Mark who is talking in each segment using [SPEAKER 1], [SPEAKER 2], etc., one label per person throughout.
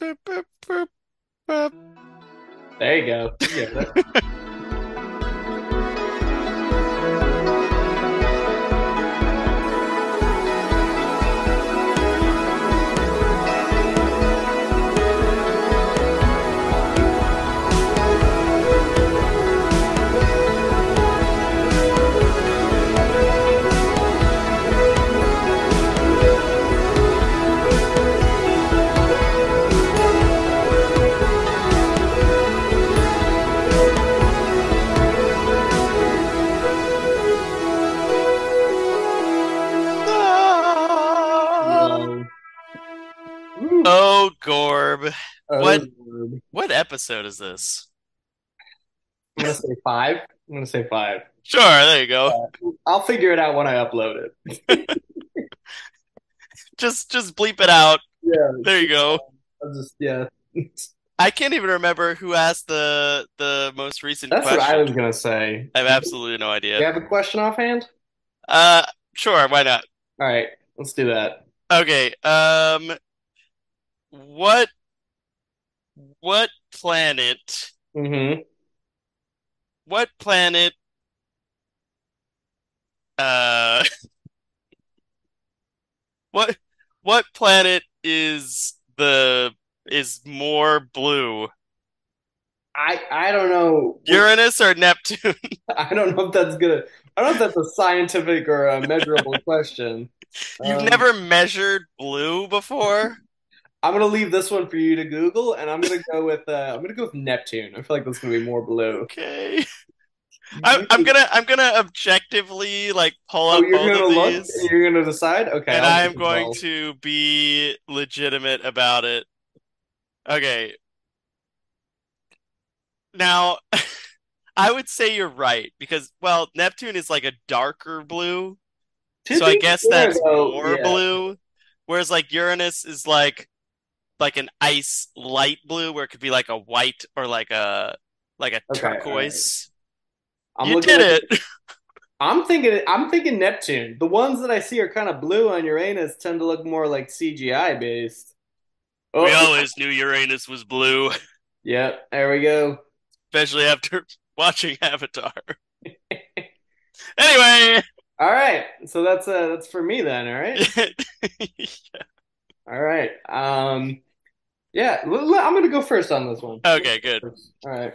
[SPEAKER 1] boop, boop, boop, boop.
[SPEAKER 2] There you go. Yeah, that-
[SPEAKER 1] No.
[SPEAKER 2] Ooh.
[SPEAKER 1] Oh, Gorb.
[SPEAKER 2] Oh,
[SPEAKER 1] what-
[SPEAKER 2] I'm
[SPEAKER 1] What episode is this?
[SPEAKER 2] gonna say five. I'm gonna say five.
[SPEAKER 1] Sure, there you go.
[SPEAKER 2] I'll figure it out when I upload it.
[SPEAKER 1] Just just bleep it out.
[SPEAKER 2] Yeah,
[SPEAKER 1] There you go.
[SPEAKER 2] I'll just yeah.
[SPEAKER 1] I can't even remember who asked the the most recent
[SPEAKER 2] That's what
[SPEAKER 1] question.
[SPEAKER 2] I was gonna say.
[SPEAKER 1] I have absolutely no idea.
[SPEAKER 2] Do you have a question offhand?
[SPEAKER 1] Uh, sure, why not?
[SPEAKER 2] All right, let's do that.
[SPEAKER 1] Okay, um, what what planet
[SPEAKER 2] Mm-hmm.
[SPEAKER 1] what planet uh what what planet is the is more blue?
[SPEAKER 2] I I don't know.
[SPEAKER 1] Uranus or Neptune?
[SPEAKER 2] I don't know if that's gonna. I don't know if that's a scientific or a measurable question.
[SPEAKER 1] You've
[SPEAKER 2] Um,
[SPEAKER 1] never measured blue before?
[SPEAKER 2] I'm gonna leave this one for you to Google, and I'm gonna go with uh, I'm gonna go with Neptune. I feel like that's gonna be more blue.
[SPEAKER 1] Okay. I'm, I'm gonna I'm gonna objectively like pull
[SPEAKER 2] Oh,
[SPEAKER 1] up
[SPEAKER 2] you're
[SPEAKER 1] both
[SPEAKER 2] gonna
[SPEAKER 1] of
[SPEAKER 2] look
[SPEAKER 1] these,
[SPEAKER 2] and you're gonna decide? Okay,
[SPEAKER 1] and
[SPEAKER 2] I'll
[SPEAKER 1] I am
[SPEAKER 2] take
[SPEAKER 1] going
[SPEAKER 2] both.
[SPEAKER 1] to be legitimate about it. Okay. Now, I would say you're right because well, Neptune is like a darker blue,
[SPEAKER 2] To
[SPEAKER 1] so I
[SPEAKER 2] be
[SPEAKER 1] guess
[SPEAKER 2] fair,
[SPEAKER 1] that's
[SPEAKER 2] though,
[SPEAKER 1] more
[SPEAKER 2] yeah.
[SPEAKER 1] blue, whereas like Uranus is like like an ice light blue where it could be like a white or like a like a
[SPEAKER 2] Okay, all right.
[SPEAKER 1] turquoise.
[SPEAKER 2] I'm
[SPEAKER 1] You
[SPEAKER 2] looking
[SPEAKER 1] did
[SPEAKER 2] at-
[SPEAKER 1] it.
[SPEAKER 2] I'm thinking I'm thinking Neptune. The ones that I see are kind of blue on Uranus tend to look more like CGI based. Oh,
[SPEAKER 1] We always knew Uranus was blue,
[SPEAKER 2] yep, there we go.
[SPEAKER 1] especially after watching Avatar. Anyway,
[SPEAKER 2] All right, so that's uh that's for me then. All right, all right. Um, yeah, l- l- I'm gonna go first on this one.
[SPEAKER 1] okay, good.
[SPEAKER 2] All right.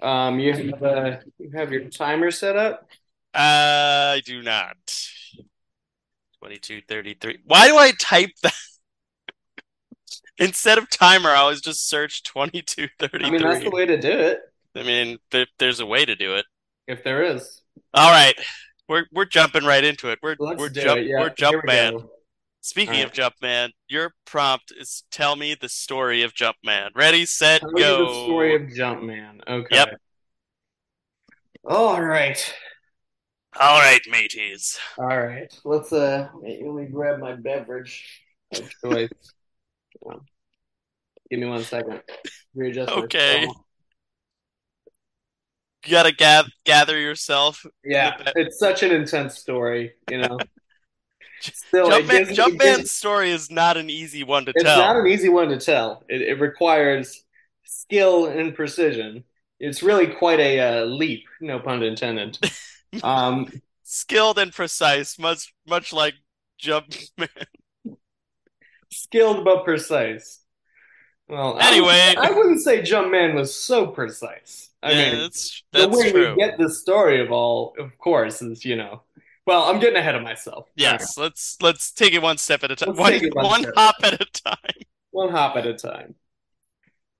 [SPEAKER 2] Um, you have uh, you have your timer set up.
[SPEAKER 1] I do not. 2233. Why do I type that? Instead of timer, I always just search
[SPEAKER 2] I mean, that's the
[SPEAKER 1] 2233.
[SPEAKER 2] way to do it,
[SPEAKER 1] I mean, there, there's a way to do it.
[SPEAKER 2] if there is.
[SPEAKER 1] All right. We're we're jumping right into it. We're
[SPEAKER 2] Let's
[SPEAKER 1] we're
[SPEAKER 2] do
[SPEAKER 1] jump
[SPEAKER 2] it. Yeah,
[SPEAKER 1] we're
[SPEAKER 2] here we
[SPEAKER 1] Jumpman.
[SPEAKER 2] go.
[SPEAKER 1] Speaking
[SPEAKER 2] All
[SPEAKER 1] of Jumpman, your prompt is tell me the story of Jumpman. Ready, set,
[SPEAKER 2] Tell me the
[SPEAKER 1] go.
[SPEAKER 2] story of Jumpman. Okay.
[SPEAKER 1] Yep.
[SPEAKER 2] All right.
[SPEAKER 1] All right, mateys.
[SPEAKER 2] All right. Let's uh wait, let me grab my beverage of choice. Hold on. Give me one second. Readjust my
[SPEAKER 1] Okay.
[SPEAKER 2] phone.
[SPEAKER 1] You gotta gath- gather yourself.
[SPEAKER 2] Yeah, it's such an intense story, you know. Still, it
[SPEAKER 1] Jumpman,
[SPEAKER 2] gives- it gives-
[SPEAKER 1] Jumpman's story is not an easy one to
[SPEAKER 2] It's
[SPEAKER 1] tell.
[SPEAKER 2] not an easy one to tell. It, it requires skill and precision. It's really quite a uh, leap, no pun intended. Um,
[SPEAKER 1] Skilled and precise, much much like Jumpman.
[SPEAKER 2] skilled but precise. Well, I wouldn't-
[SPEAKER 1] Anyway,
[SPEAKER 2] I wouldn't say Jumpman was so precise. I
[SPEAKER 1] yeah,
[SPEAKER 2] mean,
[SPEAKER 1] that's
[SPEAKER 2] the
[SPEAKER 1] that's
[SPEAKER 2] way
[SPEAKER 1] true.
[SPEAKER 2] we get the story of all, of course, is you know. Well, I'm getting ahead of myself.
[SPEAKER 1] Yes, let's let's take it one step at a time.
[SPEAKER 2] Let's
[SPEAKER 1] One
[SPEAKER 2] take it one
[SPEAKER 1] one
[SPEAKER 2] step.
[SPEAKER 1] hop at a time.
[SPEAKER 2] One hop at a time.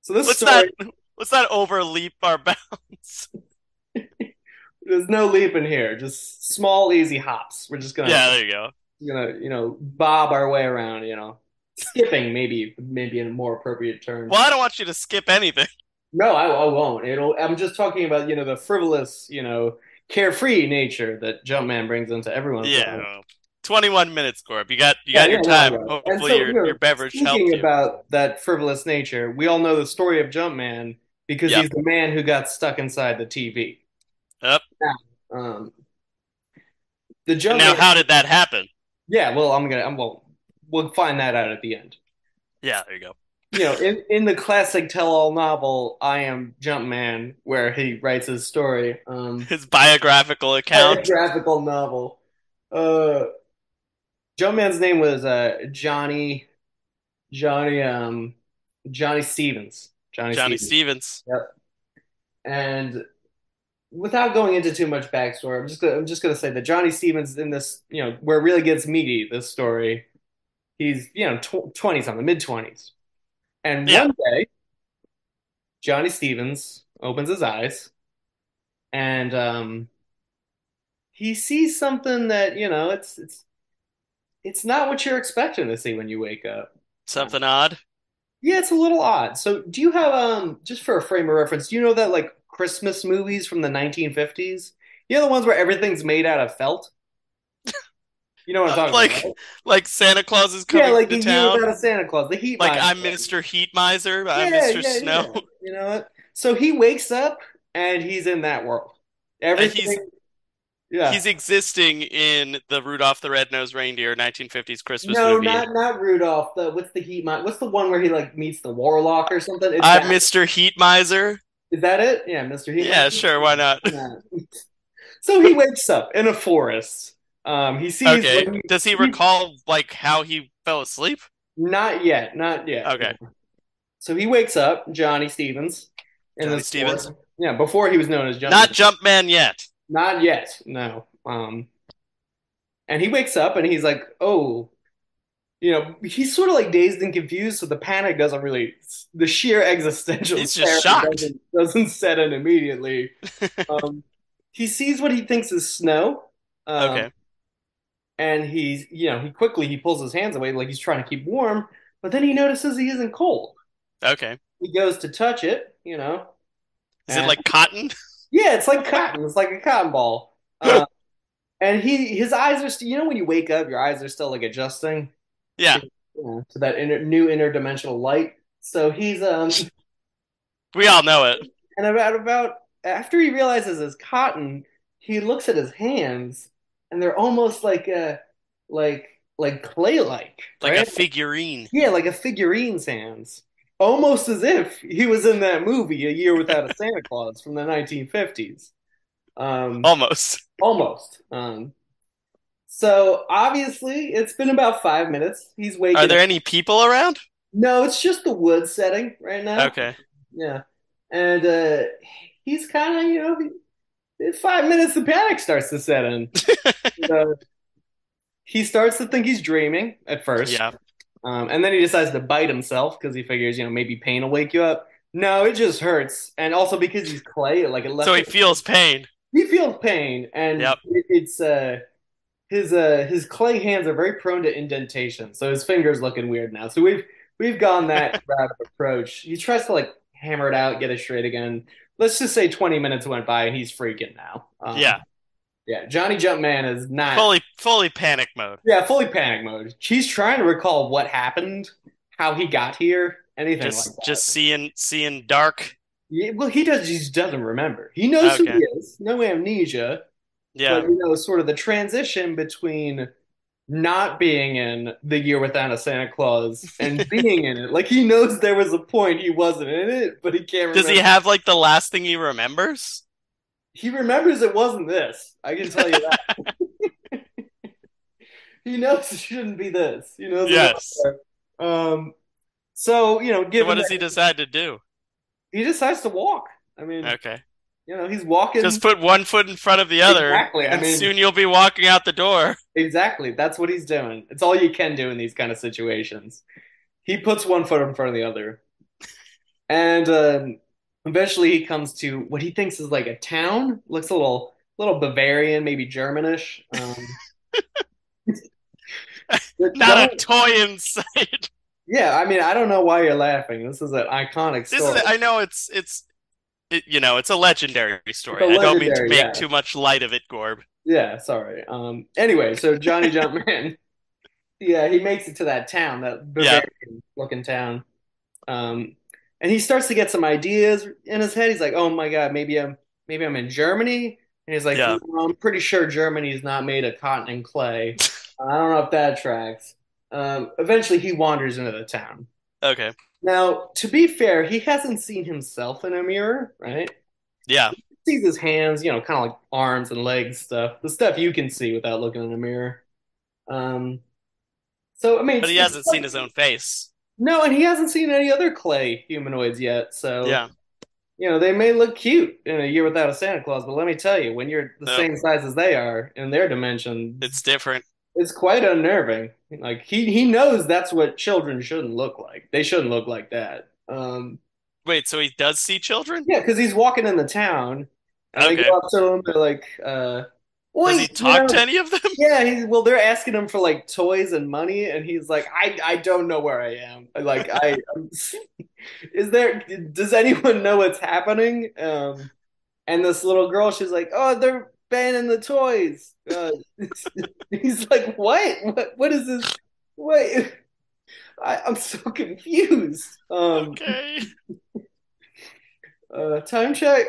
[SPEAKER 2] So this
[SPEAKER 1] Let's
[SPEAKER 2] story,
[SPEAKER 1] not let's not overleap our bounds.
[SPEAKER 2] there's no leap in here. Just small, easy hops. We're just gonna.
[SPEAKER 1] Yeah, there you go.
[SPEAKER 2] gonna you know bob our way around you know skipping maybe maybe in a more appropriate term
[SPEAKER 1] Well, I don't want you to skip anything.
[SPEAKER 2] no I, I won't it'll i'm just talking about you know the frivolous you know carefree nature that jumpman brings into everyone's
[SPEAKER 1] Yeah,
[SPEAKER 2] life.
[SPEAKER 1] well, 21 minutes, Corb. You got you
[SPEAKER 2] Yeah,
[SPEAKER 1] got your
[SPEAKER 2] yeah, no,
[SPEAKER 1] time.
[SPEAKER 2] no. And
[SPEAKER 1] Hopefully
[SPEAKER 2] so,
[SPEAKER 1] your
[SPEAKER 2] you know,
[SPEAKER 1] your beverage helped
[SPEAKER 2] speaking
[SPEAKER 1] you.
[SPEAKER 2] about that frivolous nature we all know the story of jumpman because
[SPEAKER 1] Yeah.
[SPEAKER 2] he's the man who got stuck inside the tv
[SPEAKER 1] Yep.
[SPEAKER 2] Now, um the
[SPEAKER 1] And
[SPEAKER 2] jumpman
[SPEAKER 1] now how did that happen?
[SPEAKER 2] yeah well i'm gonna i'm well we'll find that out at the end
[SPEAKER 1] Yeah, there you go.
[SPEAKER 2] you know, in, in the classic tell-all novel, I Am Jumpman, where he writes his story, um,
[SPEAKER 1] His biographical account.
[SPEAKER 2] graphical novel. Uh, Jumpman's name was uh, Johnny, Johnny, um, Johnny Stevens, Johnny,
[SPEAKER 1] Johnny
[SPEAKER 2] Stevens.
[SPEAKER 1] Stevens.
[SPEAKER 2] And without going into too much backstory, I'm just gonna, I'm just gonna say that Johnny Stevens in this, you know, where it really gets meaty, this story, he's you know tw 20s on the mid 20s, and
[SPEAKER 1] Yeah.
[SPEAKER 2] one day, Johnny Stevens opens his eyes, and um, he sees something that you know it's it's it's not what you're expecting to see when you wake up.
[SPEAKER 1] Something odd.
[SPEAKER 2] Yeah, it's a little odd. So, do you have um just for a frame of reference, do you know that like Christmas movies from the 1950s? You know the ones where everything's made out of felt? You know what I'm talking
[SPEAKER 1] Uh, Like-
[SPEAKER 2] about?
[SPEAKER 1] Like Santa Claus is
[SPEAKER 2] Yeah,
[SPEAKER 1] coming
[SPEAKER 2] like
[SPEAKER 1] to
[SPEAKER 2] the year
[SPEAKER 1] town.
[SPEAKER 2] without a Santa Claus, the heat
[SPEAKER 1] Like
[SPEAKER 2] miser.
[SPEAKER 1] I'm Mr. Heat Miser. I'm
[SPEAKER 2] Yeah, yeah,
[SPEAKER 1] Mr.
[SPEAKER 2] yeah.
[SPEAKER 1] Snow.
[SPEAKER 2] You know what? So he wakes up and he's in that world.
[SPEAKER 1] he's-
[SPEAKER 2] Everything, yeah.
[SPEAKER 1] He's existing in the Rudolph the Red-Nosed Reindeer 1950s Christmas
[SPEAKER 2] No,
[SPEAKER 1] movie.
[SPEAKER 2] not not Rudolph. The what's the heat mi- What's the one where he like meets the warlock or something? Is
[SPEAKER 1] I'm
[SPEAKER 2] that,
[SPEAKER 1] Mr. Heat Miser.
[SPEAKER 2] is that it? Yeah, Mr. Heat
[SPEAKER 1] Yeah,
[SPEAKER 2] Miser.
[SPEAKER 1] sure, why not?
[SPEAKER 2] Yeah. So he wakes up in a forest. Um, he sees
[SPEAKER 1] Okay. Does he recall like how he fell asleep?
[SPEAKER 2] not yet, not yet.
[SPEAKER 1] Okay.
[SPEAKER 2] So he wakes up, Johnny Stevens, in
[SPEAKER 1] Johnny
[SPEAKER 2] this
[SPEAKER 1] Stevens?
[SPEAKER 2] forest. Yeah, before he was known as Johnny.
[SPEAKER 1] Not Jumpman yet.
[SPEAKER 2] Not yet, no. Um, and he wakes up and he's like, oh, you know, he's sort of like dazed and confused, so the panic doesn't really, the sheer existential
[SPEAKER 1] He's just
[SPEAKER 2] terror
[SPEAKER 1] shocked.
[SPEAKER 2] doesn't, doesn't set in immediately. Um, he sees what he thinks is snow. Um,
[SPEAKER 1] Okay.
[SPEAKER 2] and he's, you know, he quickly he pulls his hands away like he's trying to keep warm, but then he notices he isn't cold.
[SPEAKER 1] Okay.
[SPEAKER 2] He goes to touch it, you know.
[SPEAKER 1] Is
[SPEAKER 2] and-
[SPEAKER 1] it like cotton?
[SPEAKER 2] yeah, it's like cotton. It's like a cotton ball. Uh, and he his eyes are still, you know, when you wake up, your eyes are still like adjusting
[SPEAKER 1] Yeah.
[SPEAKER 2] you know, to that inner, new interdimensional light. So he's um,
[SPEAKER 1] We all know it.
[SPEAKER 2] and about about after he realizes it's cotton, he looks at his hands, and they're almost like uh like like clay-like,
[SPEAKER 1] Like
[SPEAKER 2] right?
[SPEAKER 1] a figurine.
[SPEAKER 2] Yeah, like a figurine's hands. Almost as if he was in that movie, A Year Without a Santa Claus from the 1950s. Um,
[SPEAKER 1] Almost.
[SPEAKER 2] almost. Um, so obviously, it's been about five minutes. He's waking
[SPEAKER 1] Are there
[SPEAKER 2] up.
[SPEAKER 1] any people around?
[SPEAKER 2] No, it's just the wood setting right now.
[SPEAKER 1] Okay.
[SPEAKER 2] Yeah. And uh, he's kind of, you know, he- in five minutes, the panic starts to set in. So he starts to think he's dreaming at first.
[SPEAKER 1] Yeah.
[SPEAKER 2] Um, and then he decides to bite himself because he figures, you know, maybe pain will wake you up. No, it just hurts, and also because he's clay, like it left.
[SPEAKER 1] So he feels pain.
[SPEAKER 2] he feels pain, and
[SPEAKER 1] Yep.
[SPEAKER 2] it- it's uh, his uh, his clay hands are very prone to indentation, so his fingers looking weird now. So we've we've gone that route of approach. He tries to like hammer it out, get it straight again. Let's just say twenty minutes went by, and he's freaking now. Um,
[SPEAKER 1] Yeah.
[SPEAKER 2] yeah. Johnny Jumpman is not.
[SPEAKER 1] Fully fully panic mode.
[SPEAKER 2] Yeah, fully panic mode. He's trying to recall what happened, how he got here, anything
[SPEAKER 1] Just
[SPEAKER 2] like that.
[SPEAKER 1] just seeing seeing dark.
[SPEAKER 2] Yeah, well, he does. He just doesn't remember. He knows who
[SPEAKER 1] Okay.
[SPEAKER 2] he is. No amnesia,
[SPEAKER 1] Yeah.
[SPEAKER 2] but you know, sort of the transition between not being in the year without a Santa Claus and being in it. Like he knows there was a point he wasn't in it, but he can't
[SPEAKER 1] Does he
[SPEAKER 2] remember.
[SPEAKER 1] have like the last thing he remembers?
[SPEAKER 2] He remembers it wasn't this. I can tell you that. He knows it shouldn't be this. He knows it
[SPEAKER 1] Yes.
[SPEAKER 2] wasn't there. Um. So you know,
[SPEAKER 1] So
[SPEAKER 2] given
[SPEAKER 1] what
[SPEAKER 2] that-
[SPEAKER 1] does he decide to do?
[SPEAKER 2] he decides to walk. I mean,
[SPEAKER 1] Okay.
[SPEAKER 2] you know, he's walking
[SPEAKER 1] Just put one foot in front of the other,
[SPEAKER 2] exactly. I
[SPEAKER 1] and
[SPEAKER 2] mean,
[SPEAKER 1] soon you'll be walking out the door.
[SPEAKER 2] exactly. That's what he's doing. It's all you can do in these kind of situations. He puts one foot in front of the other, and um, eventually he comes to what he thinks is like a town. Looks a little, little Bavarian, maybe Germanish. Um, but
[SPEAKER 1] Not a
[SPEAKER 2] don't-
[SPEAKER 1] toy in sight.
[SPEAKER 2] yeah, I mean, I don't know why you're laughing. This is an iconic
[SPEAKER 1] This
[SPEAKER 2] story.
[SPEAKER 1] is, I know it's it's it, you know, it's a legendary story.
[SPEAKER 2] It's a
[SPEAKER 1] I don't mean to
[SPEAKER 2] legendary,
[SPEAKER 1] make
[SPEAKER 2] yeah.
[SPEAKER 1] too much light of it, Gorb.
[SPEAKER 2] Yeah, sorry. Um, anyway, so Johnny Jumpman, yeah, he makes it to that town, that
[SPEAKER 1] Yeah.
[SPEAKER 2] Bavarian looking town. Um, and he starts to get some ideas in his head. He's like, "Oh my God, maybe I'm maybe I'm in Germany." And he's like,
[SPEAKER 1] Yeah.
[SPEAKER 2] "No, I'm pretty sure Germany's not made of cotton and clay. I don't know if that tracks." Um, eventually, he wanders into the town,
[SPEAKER 1] Okay.
[SPEAKER 2] Now, to be fair, he hasn't seen himself in a mirror, right?
[SPEAKER 1] Yeah.
[SPEAKER 2] He sees his hands, you know, kind of like arms and legs stuff, the stuff you can see without looking in a mirror. Um, so I mean,
[SPEAKER 1] But he
[SPEAKER 2] it's-
[SPEAKER 1] hasn't seen his own face.
[SPEAKER 2] No, and he hasn't seen any other clay humanoids yet. So
[SPEAKER 1] Yeah.
[SPEAKER 2] you know, they may look cute in a year without a Santa Claus, but let me tell you, when you're the
[SPEAKER 1] No.
[SPEAKER 2] same size as they are in their dimension,
[SPEAKER 1] It's different.
[SPEAKER 2] it's quite unnerving. Like he he knows that's what children shouldn't look like. They shouldn't look like that. Um,
[SPEAKER 1] Wait, so he does see children?
[SPEAKER 2] yeah, because he's walking in the town, and they
[SPEAKER 1] Okay.
[SPEAKER 2] go up to him. They're like, uh,
[SPEAKER 1] Does
[SPEAKER 2] "Oink,"
[SPEAKER 1] he
[SPEAKER 2] you
[SPEAKER 1] talk
[SPEAKER 2] know?
[SPEAKER 1] to any of them?
[SPEAKER 2] Yeah, he's well. They're asking him for like toys and money, and he's like, "I I don't know where I am. Like I I'm, is there? Does anyone know what's happening?" Um, and this little girl, she's like, "Oh, they're banning the toys." Uh, he's like, "What? What? What is this? What?" I, I'm so confused. Um,
[SPEAKER 1] Okay.
[SPEAKER 2] uh, time check.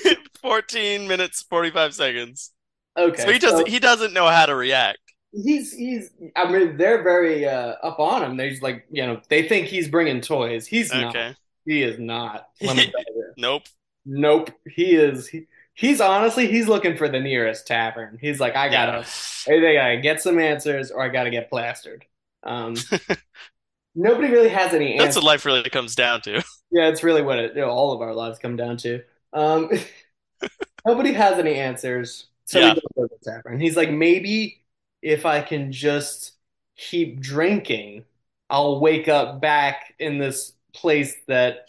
[SPEAKER 1] 14 minutes, 45 seconds.
[SPEAKER 2] Okay,
[SPEAKER 1] So he
[SPEAKER 2] so-
[SPEAKER 1] doesn't he doesn't know how to react.
[SPEAKER 2] He's he's I mean they're very uh up on him. They're just like, you know, they think he's bringing toys. He's not.
[SPEAKER 1] Okay.
[SPEAKER 2] He is not. Let me tell you.
[SPEAKER 1] Nope.
[SPEAKER 2] Nope. He is he, he's honestly he's looking for the nearest tavern. He's like, I gotta either I gotta get some answers or I gotta get plastered. Um nobody really has any
[SPEAKER 1] That's
[SPEAKER 2] answers.
[SPEAKER 1] what life really comes down to.
[SPEAKER 2] Yeah, it's really what it, you know, all of our lives come down to. Um, nobody has any answers, so we
[SPEAKER 1] Yeah.
[SPEAKER 2] go to the tavern. He's like, maybe if I can just keep drinking, I'll wake up back in this place that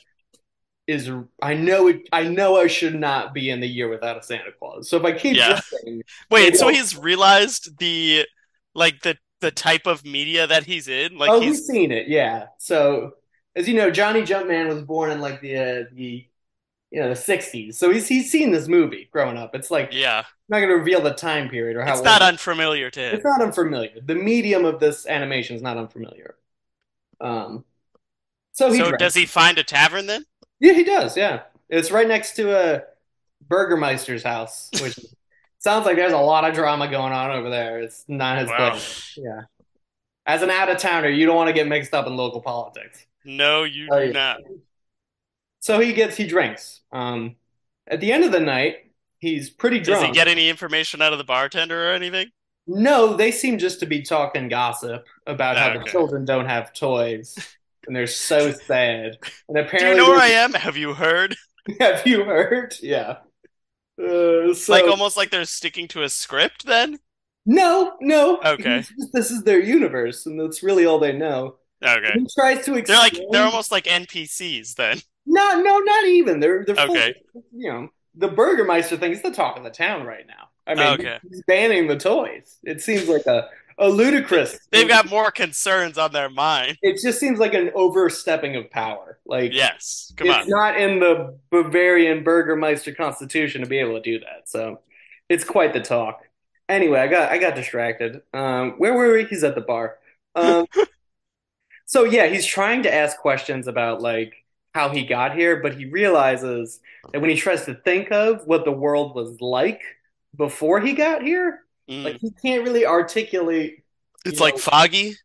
[SPEAKER 2] is. I know it. I know I should not be in the year without a Santa Claus. So if I keep
[SPEAKER 1] Yeah.
[SPEAKER 2] drinking,
[SPEAKER 1] Wait,
[SPEAKER 2] Yeah.
[SPEAKER 1] so he's realized the like the the type of media that he's in? Like
[SPEAKER 2] oh,
[SPEAKER 1] he's
[SPEAKER 2] he's seen it, yeah. So as you know, Johnny Jumpman was born in like the uh, the you know the '60s, so he's he's seen this movie growing up. It's like.
[SPEAKER 1] yeah.
[SPEAKER 2] I'm not going to reveal the time period or how
[SPEAKER 1] It's
[SPEAKER 2] old
[SPEAKER 1] not
[SPEAKER 2] it-
[SPEAKER 1] unfamiliar to him.
[SPEAKER 2] It's not unfamiliar. The medium of this animation is not unfamiliar. Um, so oh, he
[SPEAKER 1] So
[SPEAKER 2] drank.
[SPEAKER 1] does he find a tavern then?
[SPEAKER 2] Yeah, he does. Yeah, it's right next to a Burgermeister's house, which sounds like there's a lot of drama going on over there. It's not his
[SPEAKER 1] Wow.
[SPEAKER 2] place. Yeah. As an out of towner, you don't want to get mixed up in local politics.
[SPEAKER 1] No, you
[SPEAKER 2] Oh,
[SPEAKER 1] do
[SPEAKER 2] yeah.
[SPEAKER 1] not.
[SPEAKER 2] So he gets he drinks. Um, at the end of the night, he's pretty
[SPEAKER 1] Does he
[SPEAKER 2] drunk.
[SPEAKER 1] get any information out of the bartender or anything?
[SPEAKER 2] No, they seem just to be talking gossip about how the
[SPEAKER 1] Okay.
[SPEAKER 2] children don't have toys and they're so sad. And
[SPEAKER 1] Do you
[SPEAKER 2] apparently,
[SPEAKER 1] know where I am? Have you heard?
[SPEAKER 2] have you heard? Yeah. Uh, so
[SPEAKER 1] Like um, almost like they're sticking to a script then?
[SPEAKER 2] no, no.
[SPEAKER 1] Okay.
[SPEAKER 2] This is their universe, and that's really all they know.
[SPEAKER 1] Okay.
[SPEAKER 2] He tries to
[SPEAKER 1] They're like
[SPEAKER 2] explain-
[SPEAKER 1] they're almost like NPCs then.
[SPEAKER 2] No, no, not even. They're they're full,
[SPEAKER 1] Okay.
[SPEAKER 2] you know, the Burgermeister thing is the talk of the town right now. I mean,
[SPEAKER 1] Okay.
[SPEAKER 2] he's banning the toys. It seems like a a ludicrous.
[SPEAKER 1] They've got more concerns on their mind.
[SPEAKER 2] It just seems like an overstepping of power. Like,
[SPEAKER 1] Yes. Come
[SPEAKER 2] it's
[SPEAKER 1] on.
[SPEAKER 2] not in the Bavarian Burgermeister constitution to be able to do that. So, it's quite the talk. Anyway, I got I got distracted. Um, where were we? He's at the bar. Um, so yeah, he's trying to ask questions about like how he got here, but he realizes that when he tries to think of what the world was like before he got here,
[SPEAKER 1] Mm.
[SPEAKER 2] like he can't really articulate.
[SPEAKER 1] It's
[SPEAKER 2] you
[SPEAKER 1] like
[SPEAKER 2] know,
[SPEAKER 1] foggy.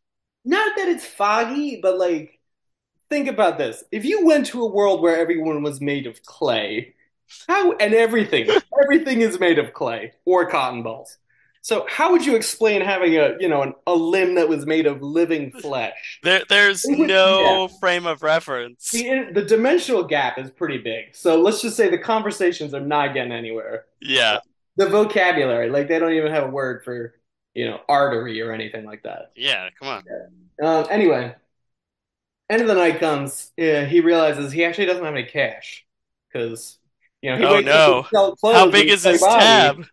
[SPEAKER 2] not that it's foggy, but like, think about this. If you went to a world where everyone was made of clay, how, and everything, everything is made of clay or cotton balls. So how would you explain having a, you know, an, a limb that was made of living flesh?
[SPEAKER 1] There, there's
[SPEAKER 2] It would-
[SPEAKER 1] no frame of reference.
[SPEAKER 2] The, the dimensional gap is pretty big. So let's just say the conversations are not getting anywhere.
[SPEAKER 1] Yeah,
[SPEAKER 2] The vocabulary, like they don't even have a word for, you know, artery or anything like that.
[SPEAKER 1] yeah, come on.
[SPEAKER 2] Um, anyway, end of the night comes. Yeah, he realizes he actually doesn't have any cash because you know he
[SPEAKER 1] Oh,
[SPEAKER 2] wakes
[SPEAKER 1] no.
[SPEAKER 2] up to sell clothes
[SPEAKER 1] How big
[SPEAKER 2] and
[SPEAKER 1] is
[SPEAKER 2] say
[SPEAKER 1] his
[SPEAKER 2] bye.
[SPEAKER 1] tab?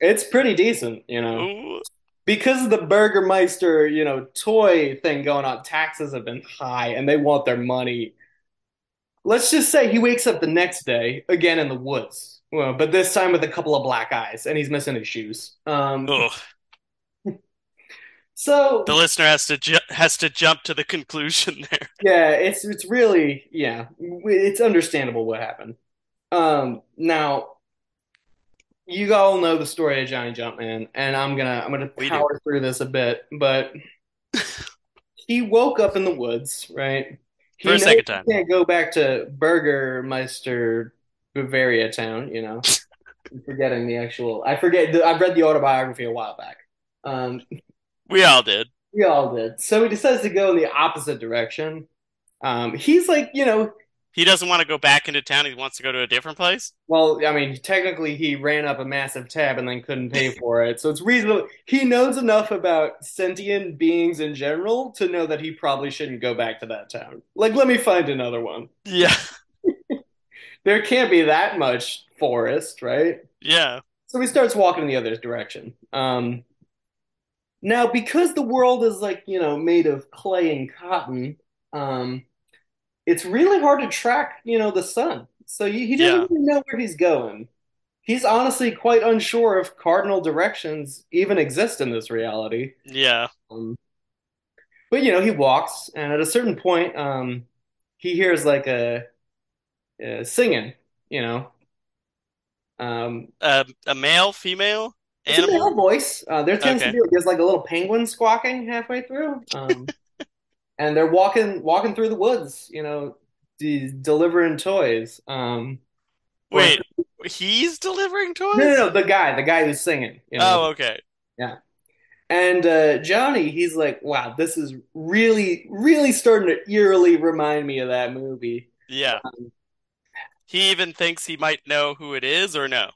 [SPEAKER 2] It's pretty decent, you know,
[SPEAKER 1] Ooh,
[SPEAKER 2] because of the Burgermeister, you know, toy thing going on. Taxes have been high, and they want their money. Let's just say he wakes up the next day again in the woods, well, but this time with a couple of black eyes, and he's missing his shoes. Um,
[SPEAKER 1] ooh.
[SPEAKER 2] so
[SPEAKER 1] Oh. The listener has to ju- has to jump to the conclusion there.
[SPEAKER 2] Yeah, it's it's really yeah, it's understandable what happened. Um, now you all know the story of Johnny Jumpman, and I'm gonna I'm gonna
[SPEAKER 1] We do.
[SPEAKER 2] power through this a bit, but he woke up in the woods, right? He
[SPEAKER 1] For a
[SPEAKER 2] knows
[SPEAKER 1] second
[SPEAKER 2] he
[SPEAKER 1] time.
[SPEAKER 2] can't go back to Burgermeister Bavaria Town, you know. I'm forgetting the actual. I forget. The, I've read the autobiography a while back. Um,
[SPEAKER 1] We all did.
[SPEAKER 2] we all did. So he decides to go in the opposite direction. Um, he's like, you know,
[SPEAKER 1] He doesn't want to go back into town. He wants to go to a different place.
[SPEAKER 2] well, I mean, technically he ran up a massive tab and then couldn't pay for it. So it's reasonable. He knows enough about sentient beings in general to know that he probably shouldn't go back to that town. Like, let me find another one.
[SPEAKER 1] Yeah.
[SPEAKER 2] There can't be that much forest, right?
[SPEAKER 1] Yeah.
[SPEAKER 2] So he starts walking in the other direction. Um, now, because the world is like, you know, made of clay and cotton, um, it's really hard to track, you know, the sun. So you, he doesn't
[SPEAKER 1] Yeah.
[SPEAKER 2] really know where he's going. He's honestly quite unsure if cardinal directions even exist in this reality.
[SPEAKER 1] Yeah.
[SPEAKER 2] Um, but you know, he walks, and at a certain point, um, he hears like a, a singing, you know. Um,
[SPEAKER 1] Um, a male, female,
[SPEAKER 2] it's a
[SPEAKER 1] animal.
[SPEAKER 2] male voice. Uh, there tends to
[SPEAKER 1] Okay.
[SPEAKER 2] be there's like a little penguin squawking halfway through, um, and they're walking walking through the woods, you know, de delivering toys. Um, or-
[SPEAKER 1] Wait, he's delivering toys?
[SPEAKER 2] no, no, no, the guy, the guy who's singing, you know.
[SPEAKER 1] Oh, okay.
[SPEAKER 2] And uh, Johnny, he's like, "Wow, this is really, really starting to eerily remind me of that movie."
[SPEAKER 1] Yeah.
[SPEAKER 2] Um,
[SPEAKER 1] He even thinks he might know who it is or no.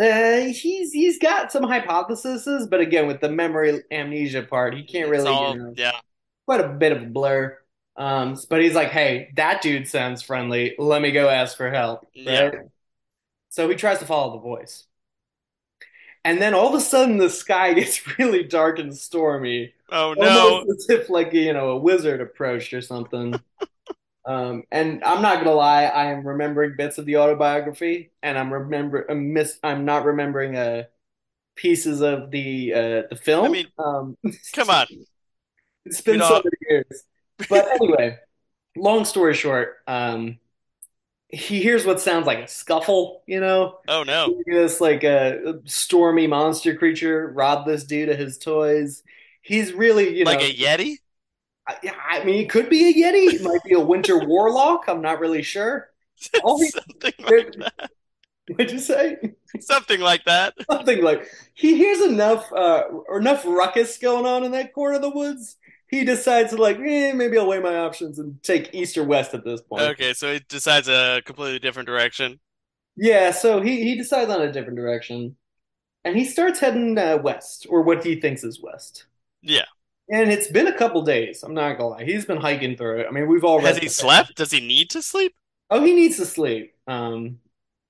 [SPEAKER 2] Uh, he's he's got some hypotheses, but again, with the memory amnesia part, he can't
[SPEAKER 1] It's
[SPEAKER 2] really,
[SPEAKER 1] all,
[SPEAKER 2] you know,
[SPEAKER 1] yeah.
[SPEAKER 2] quite a bit of a blur. Um, but he's like, "Hey, that dude sounds friendly. Let me go ask for help."
[SPEAKER 1] Yeah.
[SPEAKER 2] Right? So he tries to follow the voice, and then all of a sudden, the sky gets really dark and stormy.
[SPEAKER 1] Oh no.
[SPEAKER 2] Almost as if like you know a wizard approached or something. um, and I'm not gonna lie, I am remembering bits of the autobiography, and I'm remember I'm miss I'm not remembering uh pieces of the uh the film.
[SPEAKER 1] I mean,
[SPEAKER 2] um,
[SPEAKER 1] Come on.
[SPEAKER 2] it's been
[SPEAKER 1] you know-
[SPEAKER 2] so many years. But anyway, long story short, um, he hears what sounds like a scuffle. You know,
[SPEAKER 1] Oh no.
[SPEAKER 2] this like a stormy monster creature robbed this dude of his toys. He's really, you know,
[SPEAKER 1] Like a Yeti?
[SPEAKER 2] I, I mean, it could be a Yeti. It might be a Winter Warlock. I'm not really sure. All he,
[SPEAKER 1] Something like
[SPEAKER 2] what'd you say?
[SPEAKER 1] something like that.
[SPEAKER 2] Something like he hears enough uh, or enough ruckus going on in that corner of the woods. He decides to like, eh, maybe I'll weigh my options and take east or west at this point.
[SPEAKER 1] Okay, so he decides a completely different direction.
[SPEAKER 2] Yeah, so he he decides on a different direction, and he starts heading uh, west, or what he thinks is west.
[SPEAKER 1] Yeah.
[SPEAKER 2] And it's been a couple days. I'm not gonna lie. He's been hiking through it. I mean, we've all
[SPEAKER 1] Has
[SPEAKER 2] read
[SPEAKER 1] he
[SPEAKER 2] the-
[SPEAKER 1] slept? Does he need to sleep?
[SPEAKER 2] Oh, he needs to sleep. Um,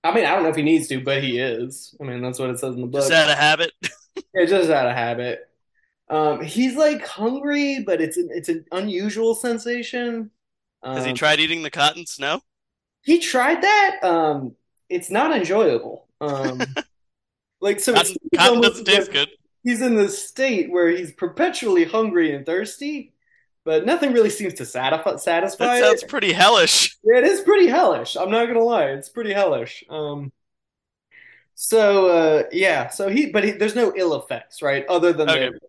[SPEAKER 2] I mean, I don't know if he needs to, but he is. I mean, that's what it says in the
[SPEAKER 1] Just
[SPEAKER 2] book.
[SPEAKER 1] out of habit?
[SPEAKER 2] Yeah, just out of habit. Um, he's like hungry, but it's an, it's an unusual sensation.
[SPEAKER 1] Has he
[SPEAKER 2] Um,
[SPEAKER 1] tried eating the cotton snow?
[SPEAKER 2] he tried that. Um, it's not enjoyable. Um, like so, it's
[SPEAKER 1] Cotton, cotton
[SPEAKER 2] almost
[SPEAKER 1] doesn't
[SPEAKER 2] as if
[SPEAKER 1] taste good.
[SPEAKER 2] he's in this state where he's perpetually hungry and thirsty, but nothing really seems to satisfy satisfy
[SPEAKER 1] That
[SPEAKER 2] it.
[SPEAKER 1] sounds pretty hellish.
[SPEAKER 2] Yeah, it is pretty hellish. I'm not gonna lie, it's pretty hellish. Um, so uh, yeah, so he, but he, there's no ill effects, right? Other than
[SPEAKER 1] Okay.
[SPEAKER 2] the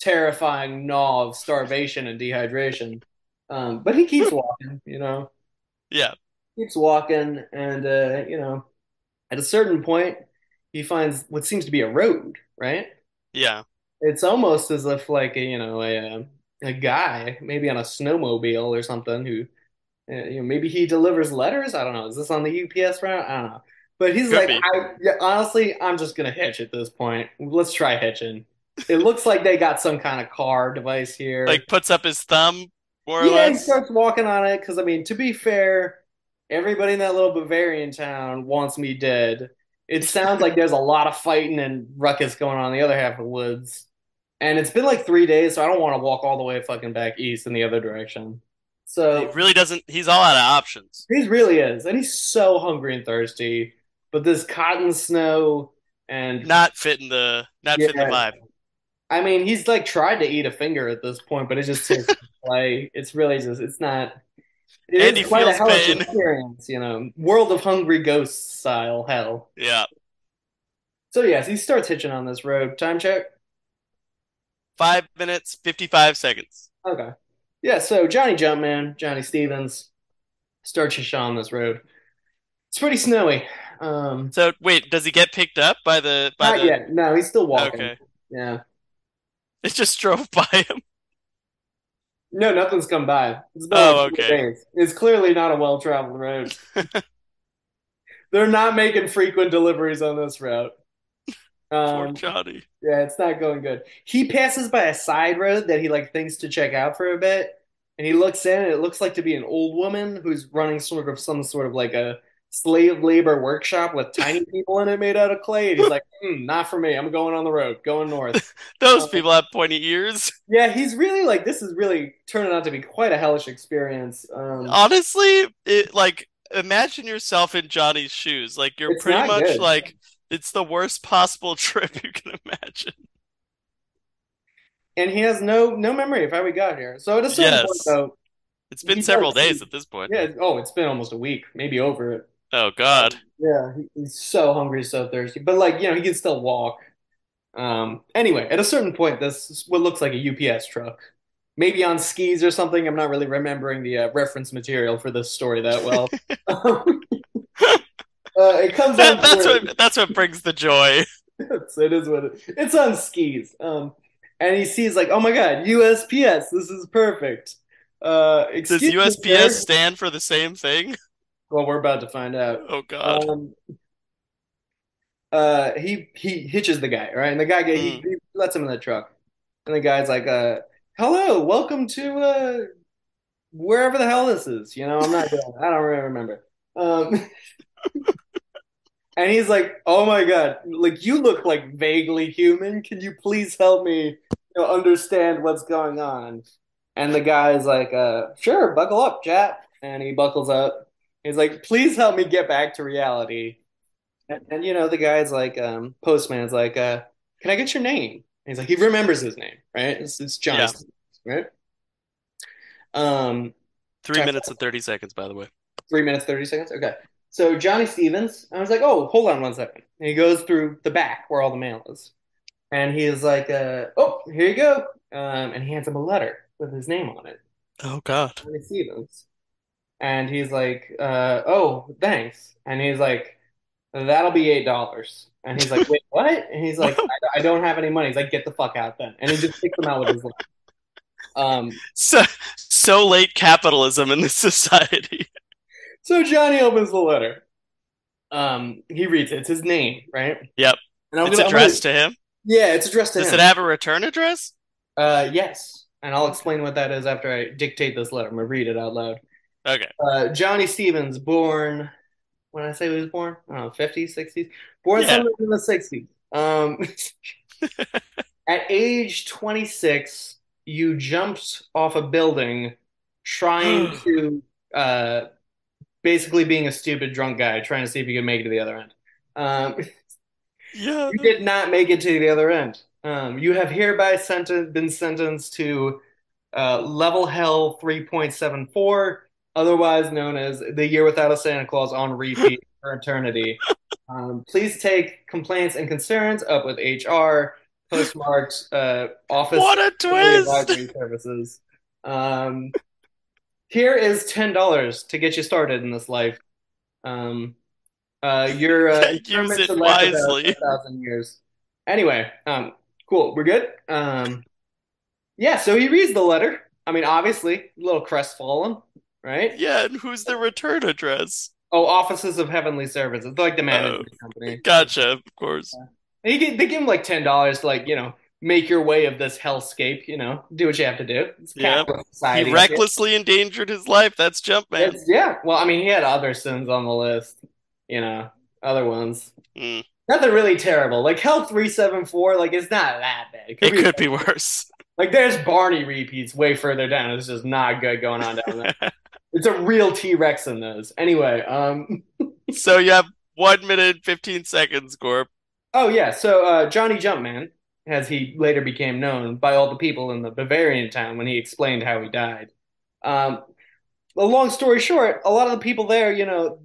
[SPEAKER 2] terrifying gnaw of starvation and dehydration. Um, but he keeps walking, you know,
[SPEAKER 1] Hmm. Yeah.
[SPEAKER 2] keeps walking, and uh, you know, at a certain point, he finds what seems to be a road, right?
[SPEAKER 1] Yeah.
[SPEAKER 2] It's almost as if like a, you know, a uh, a guy maybe on a snowmobile or something who uh, you know, maybe he delivers letters. I don't know. Is this on the UPS route? I don't know. But he's
[SPEAKER 1] Could
[SPEAKER 2] like,
[SPEAKER 1] be.
[SPEAKER 2] I, yeah, honestly, I'm just gonna hitch at this point. Let's try hitching. It looks like they got some kind of car device here.
[SPEAKER 1] Like puts up his thumb, more or
[SPEAKER 2] yeah, he
[SPEAKER 1] less.
[SPEAKER 2] starts walking on it because I mean, to be fair, everybody in that little Bavarian town wants me dead. It sounds like there's a lot of fighting and ruckus going on in the other half of the woods. And it's been like three days, so I don't want to walk all the way fucking back east in the other direction. So
[SPEAKER 1] He really doesn't. He's all out of options.
[SPEAKER 2] he really is, and he's so hungry and thirsty. But this cotton snow, and
[SPEAKER 1] Not fitting the not fitting the
[SPEAKER 2] Yeah.
[SPEAKER 1] vibe.
[SPEAKER 2] I mean, he's like tried to eat a finger at this point, but it just tastes like it's really just it's not. It
[SPEAKER 1] And
[SPEAKER 2] is
[SPEAKER 1] he
[SPEAKER 2] quite a
[SPEAKER 1] feels
[SPEAKER 2] hellish
[SPEAKER 1] pain.
[SPEAKER 2] experience, you know, world of hungry ghosts style hell.
[SPEAKER 1] Yeah.
[SPEAKER 2] So yes, he starts hitching on this road. Time check.
[SPEAKER 1] Five minutes, 55 seconds.
[SPEAKER 2] Okay. Yeah, so Johnny Jumpman, Johnny Stevens, starts his show on this road. It's pretty snowy. Um,
[SPEAKER 1] So wait, does he get picked up by the by
[SPEAKER 2] not
[SPEAKER 1] the?
[SPEAKER 2] yet. No, he's still walking.
[SPEAKER 1] Okay,
[SPEAKER 2] Yeah.
[SPEAKER 1] it just drove by him.
[SPEAKER 2] No, nothing's come by. It's been
[SPEAKER 1] Oh,
[SPEAKER 2] like two
[SPEAKER 1] okay.
[SPEAKER 2] days. It's clearly not a well-traveled road. They're not making frequent deliveries on this route.
[SPEAKER 1] Poor
[SPEAKER 2] Um,
[SPEAKER 1] Johnny.
[SPEAKER 2] Yeah, it's not going good. He passes by a side road that he like thinks to check out for a bit, and he looks in, and it looks like to be an old woman who's running sort of some sort of like a slave labor workshop with tiny people in it made out of clay. And he's like, mm, not for me. I'm going on the road, going north.
[SPEAKER 1] Those
[SPEAKER 2] Uh,
[SPEAKER 1] people have pointy ears.
[SPEAKER 2] Yeah, he's really like this is really turning out to be quite a hellish experience. Um,
[SPEAKER 1] Oh. Honestly, it like imagine yourself in Johnny's shoes. Like you're
[SPEAKER 2] It's
[SPEAKER 1] pretty
[SPEAKER 2] not
[SPEAKER 1] much
[SPEAKER 2] good.
[SPEAKER 1] like it's the worst possible trip you can imagine.
[SPEAKER 2] and he has no no memory of how we got here. So at a certain point,
[SPEAKER 1] Yes.
[SPEAKER 2] though,
[SPEAKER 1] It's been
[SPEAKER 2] He
[SPEAKER 1] several
[SPEAKER 2] does.
[SPEAKER 1] days at this point.
[SPEAKER 2] yeah, oh, it's been almost a week, maybe over it.
[SPEAKER 1] Oh God.
[SPEAKER 2] Yeah, he- he's so hungry, so thirsty. But like, you know, he can still walk. Um, anyway, at a certain point, this is what looks like a UPS truck, maybe on skis or something. I'm not really remembering the uh, reference material for this story that well. Uh, it comes
[SPEAKER 1] That,
[SPEAKER 2] on
[SPEAKER 1] that's
[SPEAKER 2] through.
[SPEAKER 1] what that's what brings the joy.
[SPEAKER 2] It's, it is what it, it's on skis. Um, and he sees like, oh my God, USPS. This is perfect. Uh,
[SPEAKER 1] Does
[SPEAKER 2] excuse me,
[SPEAKER 1] USPS
[SPEAKER 2] sir.
[SPEAKER 1] stand for the same thing?
[SPEAKER 2] Well, we're about to find out.
[SPEAKER 1] Oh God.
[SPEAKER 2] Um, uh, he he hitches the guy, right? And the guy get, he,
[SPEAKER 1] Mm.
[SPEAKER 2] he lets him in the truck, and the guy's like, uh, "Hello, welcome to uh, wherever the hell this is." You know, I'm not. I don't really remember. Um, and he's like, "Oh my God! Like you look like vaguely human. Can you please help me you know, understand what's going on?" And the guy's like, uh, "Sure, buckle up, chap." And he buckles up. He's like, please help me get back to reality. And, and, you know, the guy's like, um, postman's like, uh, can I get your name? And he's like, he remembers his name, right? It's, it's John,
[SPEAKER 1] Yeah.
[SPEAKER 2] Stevens, right? Um,
[SPEAKER 1] Three
[SPEAKER 2] Jack-
[SPEAKER 1] minutes and 30 seconds, by the way.
[SPEAKER 2] three minutes, 30 seconds. Okay. So Johnny Stevens, I was like, oh, hold on one second. And he goes through the back where all the mail is. And he is like, uh, oh, here you go. Um, and he hands him a letter with his name on it.
[SPEAKER 1] Oh God.
[SPEAKER 2] Johnny Stevens. And he's like, uh, oh, thanks. And he's like, that'll be eight dollars. And he's like, wait, what? And he's like, I, I don't have any money. He's like, get the fuck out then. And he just kicks him out with his leg. Um,
[SPEAKER 1] So so late capitalism in this society.
[SPEAKER 2] so Johnny opens the letter. Um, he reads it. It's his name, right?
[SPEAKER 1] Yep.
[SPEAKER 2] And I'm
[SPEAKER 1] It's
[SPEAKER 2] gonna- I'm
[SPEAKER 1] addressed to him.
[SPEAKER 2] gonna- yeah, it's addressed to
[SPEAKER 1] Does
[SPEAKER 2] him.
[SPEAKER 1] it have a return address?
[SPEAKER 2] uh, yes. And I'll explain what that is after I dictate this letter. I'm gonna read it out loud.
[SPEAKER 1] Okay.
[SPEAKER 2] uh, Johnny Stevens, born when I say he was born, I don't know, 50s, 60s, born
[SPEAKER 1] Yeah.
[SPEAKER 2] somewhere in the 60s. Um, at age 26, you jumped off a building trying to, uh, basically being a stupid drunk guy, trying to see if you could make it to the other end. Um,
[SPEAKER 1] Yeah.
[SPEAKER 2] you did not make it to the other end. Um, you have hereby senten been sentenced to uh, level hell 3.74, otherwise known as the year without a Santa Claus on repeat for eternity. Um, please take complaints and concerns up with HR, postmarked uh, office
[SPEAKER 1] What a
[SPEAKER 2] Family
[SPEAKER 1] twist!
[SPEAKER 2] advisory services. Um, here is ten dollars to get you started in this life. Um, uh, your uh,
[SPEAKER 1] Use
[SPEAKER 2] determined
[SPEAKER 1] it
[SPEAKER 2] to life about
[SPEAKER 1] wisely.
[SPEAKER 2] a thousand years. Anyway, um, cool. We're good. Um, yeah. So he reads the letter. I mean, obviously, a little crestfallen, right?
[SPEAKER 1] Yeah, and who's the return address?
[SPEAKER 2] Oh, offices of heavenly services, like the management
[SPEAKER 1] Oh.
[SPEAKER 2] company.
[SPEAKER 1] Gotcha, of course.
[SPEAKER 2] And He gi- they give him like ten dollars to like you know make your way of this hellscape. You know, do what you have to do. It's
[SPEAKER 1] Yeah.
[SPEAKER 2] capitalist society.
[SPEAKER 1] He recklessly endangered his life. That's Jumpman.
[SPEAKER 2] It's- yeah. Well, I mean, he had other sins on the list. You know, other ones.
[SPEAKER 1] Mm.
[SPEAKER 2] Nothing really terrible. Like Hell three seven four. Like it's not that bad. It could
[SPEAKER 1] It
[SPEAKER 2] be-
[SPEAKER 1] could be worse.
[SPEAKER 2] like there's Barney repeats way further down. It's just not good going on down there. It's a real T Rex in those. Anyway, um.
[SPEAKER 1] So you have one minute and 15 seconds, Gorp.
[SPEAKER 2] Oh yeah, so uh, Johnny Jumpman, as he later became known by all the people in the Bavarian town when he explained how he died. Um, but long story short, a lot of the people there, you know,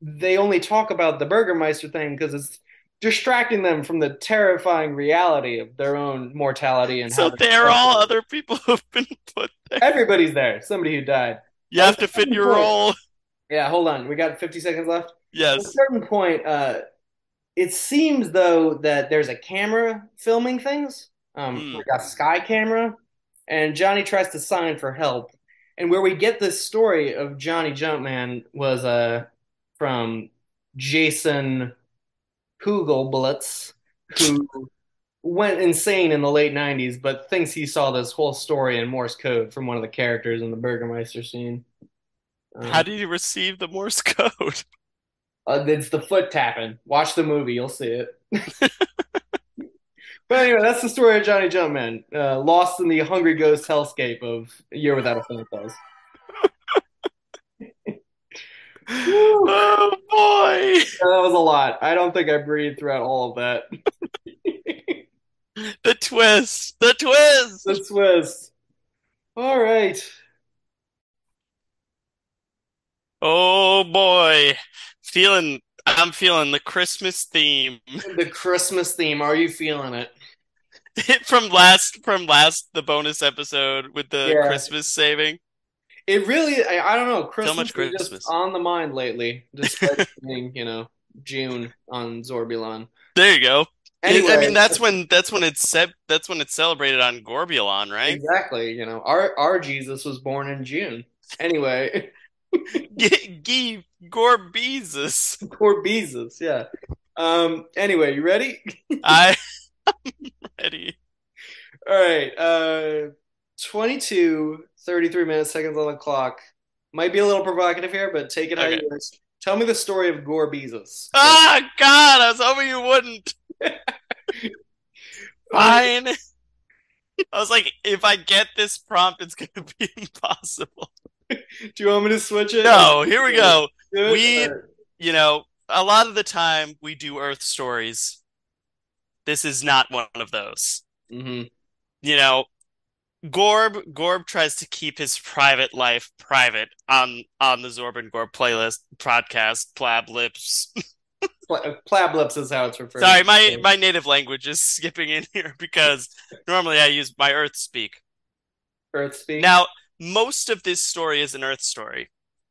[SPEAKER 2] they only talk about the Burgermeister thing because it's distracting them from the terrifying reality of their own mortality and
[SPEAKER 1] So
[SPEAKER 2] how they're
[SPEAKER 1] they're all
[SPEAKER 2] affected.
[SPEAKER 1] other people who've been put there.
[SPEAKER 2] everybody's there. Somebody who died.
[SPEAKER 1] You have to fit your role.
[SPEAKER 2] Yeah, hold on. We got 50 seconds left. At a
[SPEAKER 1] Yes.
[SPEAKER 2] certain point, uh, it seems though that there's a camera filming things, um,
[SPEAKER 1] Hmm.
[SPEAKER 2] like a sky camera, and Johnny tries to sign for help. And where we get this story of Johnny Jumpman was uh, from Jason Hugelblitz, who went insane in the late 90s, but thinks he saw this whole story in Morse code from one of the characters in the Burgermeister scene. Um,
[SPEAKER 1] How did you receive the Morse code?
[SPEAKER 2] uh, it's the foot tapping. Watch the movie, you'll see it. but anyway, that's the story of Johnny Jumpman, uh, lost in the Hungry Ghost hellscape of A Year Without a Santa Claus. Woo.
[SPEAKER 1] Oh boy!
[SPEAKER 2] Yeah, that was a lot. I don't think I breathed throughout all of that.
[SPEAKER 1] The twist! The twist!
[SPEAKER 2] the Swiss. All right.
[SPEAKER 1] Oh boy. Feeling I'm feeling the Christmas theme
[SPEAKER 2] The Christmas theme. Are you feeling it?
[SPEAKER 1] from last from last the bonus episode with the
[SPEAKER 2] Yeah.
[SPEAKER 1] Christmas saving.
[SPEAKER 2] It really, I, I don't know. Christmas
[SPEAKER 1] much
[SPEAKER 2] is just
[SPEAKER 1] Christmas.
[SPEAKER 2] on the mind lately, despite being, you know, June on Zorbilon.
[SPEAKER 1] There you go. It- I
[SPEAKER 2] Anyway.
[SPEAKER 1] mean that's when that's when it's set that's when it's celebrated on Gorbilon, right?
[SPEAKER 2] Exactly. You know, our our Jesus was born in June. Anyway,
[SPEAKER 1] G Gee Gorbeezus.
[SPEAKER 2] poor Jesus. Yeah. Um. Anyway, you ready?
[SPEAKER 1] I I'm ready.
[SPEAKER 2] All right. Uh, 22, 33 minutes, seconds on the clock. Might be a little provocative here, but take it how
[SPEAKER 1] Okay.
[SPEAKER 2] you wish. Tell me the story of Gore Bezos.
[SPEAKER 1] Ah God, I was hoping you wouldn't. Fine. I was like, if I get this prompt, it's gonna be impossible.
[SPEAKER 2] Do you want me to switch it?
[SPEAKER 1] No, here we go.
[SPEAKER 2] Do it?
[SPEAKER 1] we-
[SPEAKER 2] All right.
[SPEAKER 1] You know, a lot of the time we do Earth stories. This is not one of those.
[SPEAKER 2] Mhm.
[SPEAKER 1] You know, Gorb Gorb tries to keep his private life private on on the Zorb and Gorb playlist podcast, Plab Lips.
[SPEAKER 2] Pla- Plablips is how it's referred.
[SPEAKER 1] Sorry, my my native language is skipping in here because normally I use my Earth speak.
[SPEAKER 2] Earth speak.
[SPEAKER 1] Now, most of this story is an Earth story,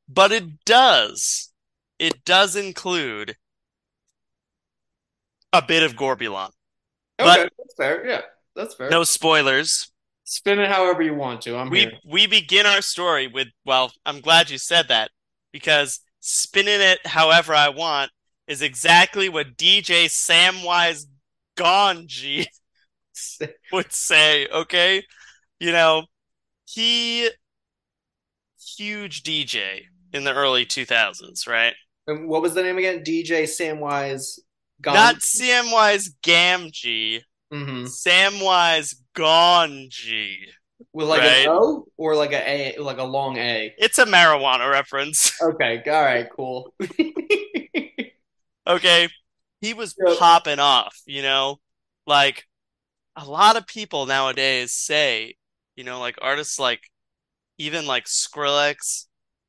[SPEAKER 1] but it does, it does include a bit of Gorbulon. but-
[SPEAKER 2] Okay, that's fair. Yeah, that's fair.
[SPEAKER 1] No spoilers.
[SPEAKER 2] Spin it however you want to. I'm
[SPEAKER 1] We
[SPEAKER 2] here.
[SPEAKER 1] we begin our story with, well, I'm glad you said that because spinning it however I want is exactly what DJ Samwise Ganji would say, okay? You know, he huge DJ in the early 2000s, right?
[SPEAKER 2] And what was the name again? DJ Samwise Gone.
[SPEAKER 1] Not Samwise Gamgee,
[SPEAKER 2] Mhm.
[SPEAKER 1] Samwise Ganji.
[SPEAKER 2] with like
[SPEAKER 1] right.
[SPEAKER 2] an O or like a A, like a long A.
[SPEAKER 1] It's a marijuana reference,
[SPEAKER 2] Okay, all right, cool.
[SPEAKER 1] okay? He was
[SPEAKER 2] Yep.
[SPEAKER 1] popping off, you know? Like a lot of people nowadays say, you know, like artists like even like Skrillex,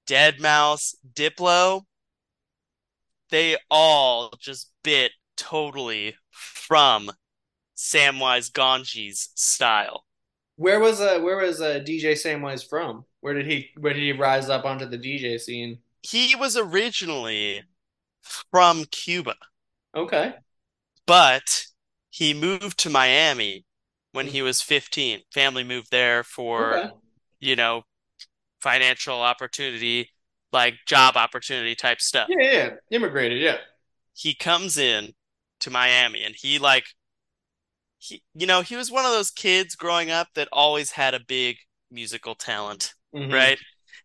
[SPEAKER 1] Deadmau5, Diplo, they all just bit totally from Samwise Gangee's style.
[SPEAKER 2] where was uh where was uh DJ Samwise from? Where did he where did he rise up onto the DJ scene?
[SPEAKER 1] He was originally from Cuba,
[SPEAKER 2] Okay,
[SPEAKER 1] but he moved to Miami when he was 15. Family moved there for,
[SPEAKER 2] Mm. okay.
[SPEAKER 1] you know, financial opportunity, like job opportunity type stuff.
[SPEAKER 2] Yeah, yeah, yeah. immigrated, yeah.
[SPEAKER 1] he comes in to Miami and he like he you know, he was one of those kids growing up that always had a big musical talent,
[SPEAKER 2] Mhm.
[SPEAKER 1] right?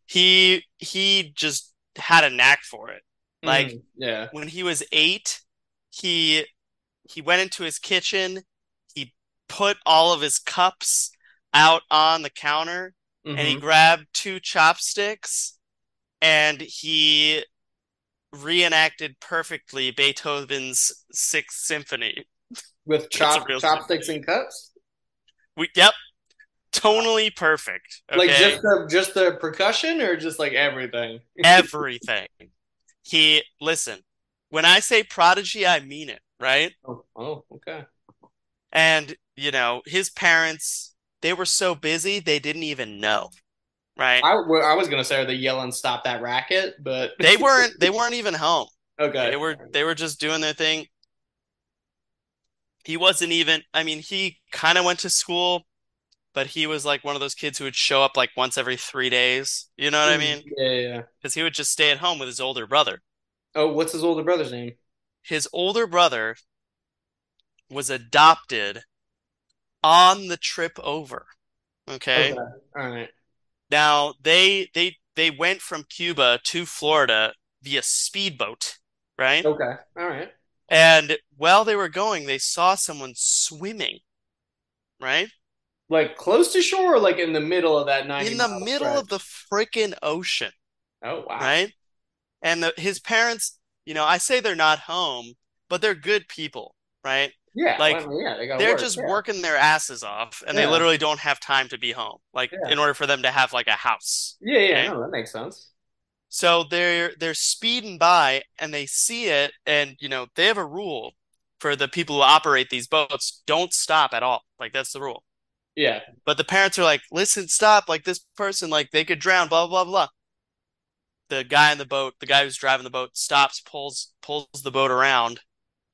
[SPEAKER 1] He he just had a knack for it.
[SPEAKER 2] Mhm.
[SPEAKER 1] Like
[SPEAKER 2] yeah,
[SPEAKER 1] when he was 8, he he went into his kitchen, he put all of his cups out on the counter and he
[SPEAKER 2] Mhm.
[SPEAKER 1] grabbed two chopsticks and he reenacted perfectly Beethoven's Sixth Symphony.
[SPEAKER 2] with chop
[SPEAKER 1] real
[SPEAKER 2] chopsticks and cups,
[SPEAKER 1] We, yep, tonally perfect. Okay,
[SPEAKER 2] like just the just the percussion or just like everything.
[SPEAKER 1] everything. He listen. When I say prodigy, I mean it. right?
[SPEAKER 2] Oh, oh, okay.
[SPEAKER 1] And, you know, his parents, they were so busy, they didn't even know, right?
[SPEAKER 2] I, well, I was gonna say they yelling "Stop that racket," but
[SPEAKER 1] They weren't they weren't even home.
[SPEAKER 2] okay.
[SPEAKER 1] They were they were just doing their thing. He wasn't even, I mean, he kind of went to school, but he was like one of those kids who would show up like once every three days. You know what I
[SPEAKER 2] Hmm.
[SPEAKER 1] mean?
[SPEAKER 2] Yeah, yeah, yeah.
[SPEAKER 1] Because he would just stay at home with his older brother.
[SPEAKER 2] Oh, what's his older brother's name?
[SPEAKER 1] His older brother was adopted on the trip over. Okay.
[SPEAKER 2] Okay. All right.
[SPEAKER 1] Now they they they went from Cuba to Florida via speedboat, right?
[SPEAKER 2] Okay. All right.
[SPEAKER 1] And while they were going, they saw someone swimming, right?
[SPEAKER 2] Like close to shore, or like in the middle of that ninety.
[SPEAKER 1] In the
[SPEAKER 2] mile
[SPEAKER 1] middle of the freaking ocean,
[SPEAKER 2] stretch? Oh wow.
[SPEAKER 1] right? And the, his parents, you know, I say they're not home, but they're good people, right?
[SPEAKER 2] Yeah.
[SPEAKER 1] Like,
[SPEAKER 2] well, I mean, yeah, they gotta
[SPEAKER 1] They're
[SPEAKER 2] work,
[SPEAKER 1] just
[SPEAKER 2] yeah.
[SPEAKER 1] working their asses off, and they
[SPEAKER 2] Yeah.
[SPEAKER 1] literally don't have time to be home, like
[SPEAKER 2] Yeah.
[SPEAKER 1] in order for them to have like a house.
[SPEAKER 2] Yeah, yeah.
[SPEAKER 1] okay?
[SPEAKER 2] No, that makes sense.
[SPEAKER 1] So they're they're speeding by and they see it and you know they have a rule for the people who operate these boats, don't stop at all. Like that's the rule.
[SPEAKER 2] Yeah.
[SPEAKER 1] But the parents are like, "Listen, stop. Like this person like they could drown, blah blah blah." The guy in the boat, the guy who's driving the boat stops, pulls pulls the boat around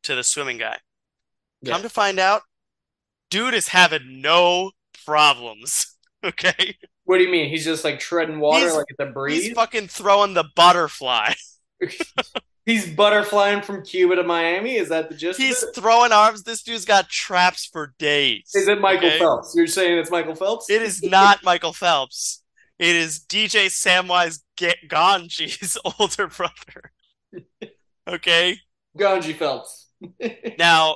[SPEAKER 1] to the swimming guy.
[SPEAKER 2] Yeah.
[SPEAKER 1] Come to find out, dude is having no problems. Okay?
[SPEAKER 2] What do you mean? He's just like treading water,
[SPEAKER 1] He's-
[SPEAKER 2] like it's a breeze.
[SPEAKER 1] He's fucking throwing the butterfly.
[SPEAKER 2] He's butterflying from Cuba to Miami. Is that the gist? of
[SPEAKER 1] He's
[SPEAKER 2] it?
[SPEAKER 1] throwing arms. This dude's got traps for days.
[SPEAKER 2] Is it Michael
[SPEAKER 1] okay?
[SPEAKER 2] Phelps? You're saying it's Michael Phelps?
[SPEAKER 1] It is not Michael Phelps. It is DJ Samwise Ga- Ganji's older brother. Okay.
[SPEAKER 2] Ganji Phelps.
[SPEAKER 1] Now,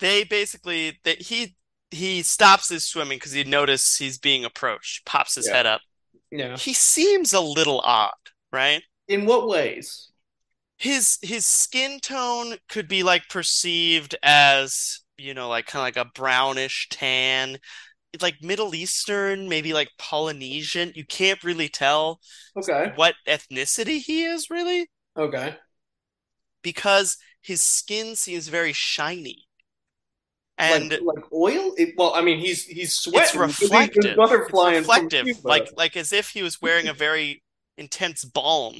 [SPEAKER 1] they basically that he he stops his swimming because he noticed he's being approached. Pops his
[SPEAKER 2] Yeah.
[SPEAKER 1] head up.
[SPEAKER 2] Yeah.
[SPEAKER 1] He seems a little odd, right?
[SPEAKER 2] In what ways?
[SPEAKER 1] his his skin tone could be like perceived as you know like kind of like a brownish tan It's, like Middle Eastern maybe like Polynesian you can't really tell
[SPEAKER 2] Okay.
[SPEAKER 1] what ethnicity he is really
[SPEAKER 2] Okay.
[SPEAKER 1] because his skin seems very shiny
[SPEAKER 2] Like,
[SPEAKER 1] and
[SPEAKER 2] like oil? It, well, I mean, he's he's sweating.
[SPEAKER 1] it's
[SPEAKER 2] because he's
[SPEAKER 1] reflective It's
[SPEAKER 2] butterflying from
[SPEAKER 1] reflective
[SPEAKER 2] Cuba.
[SPEAKER 1] like like as if he was wearing a very intense balm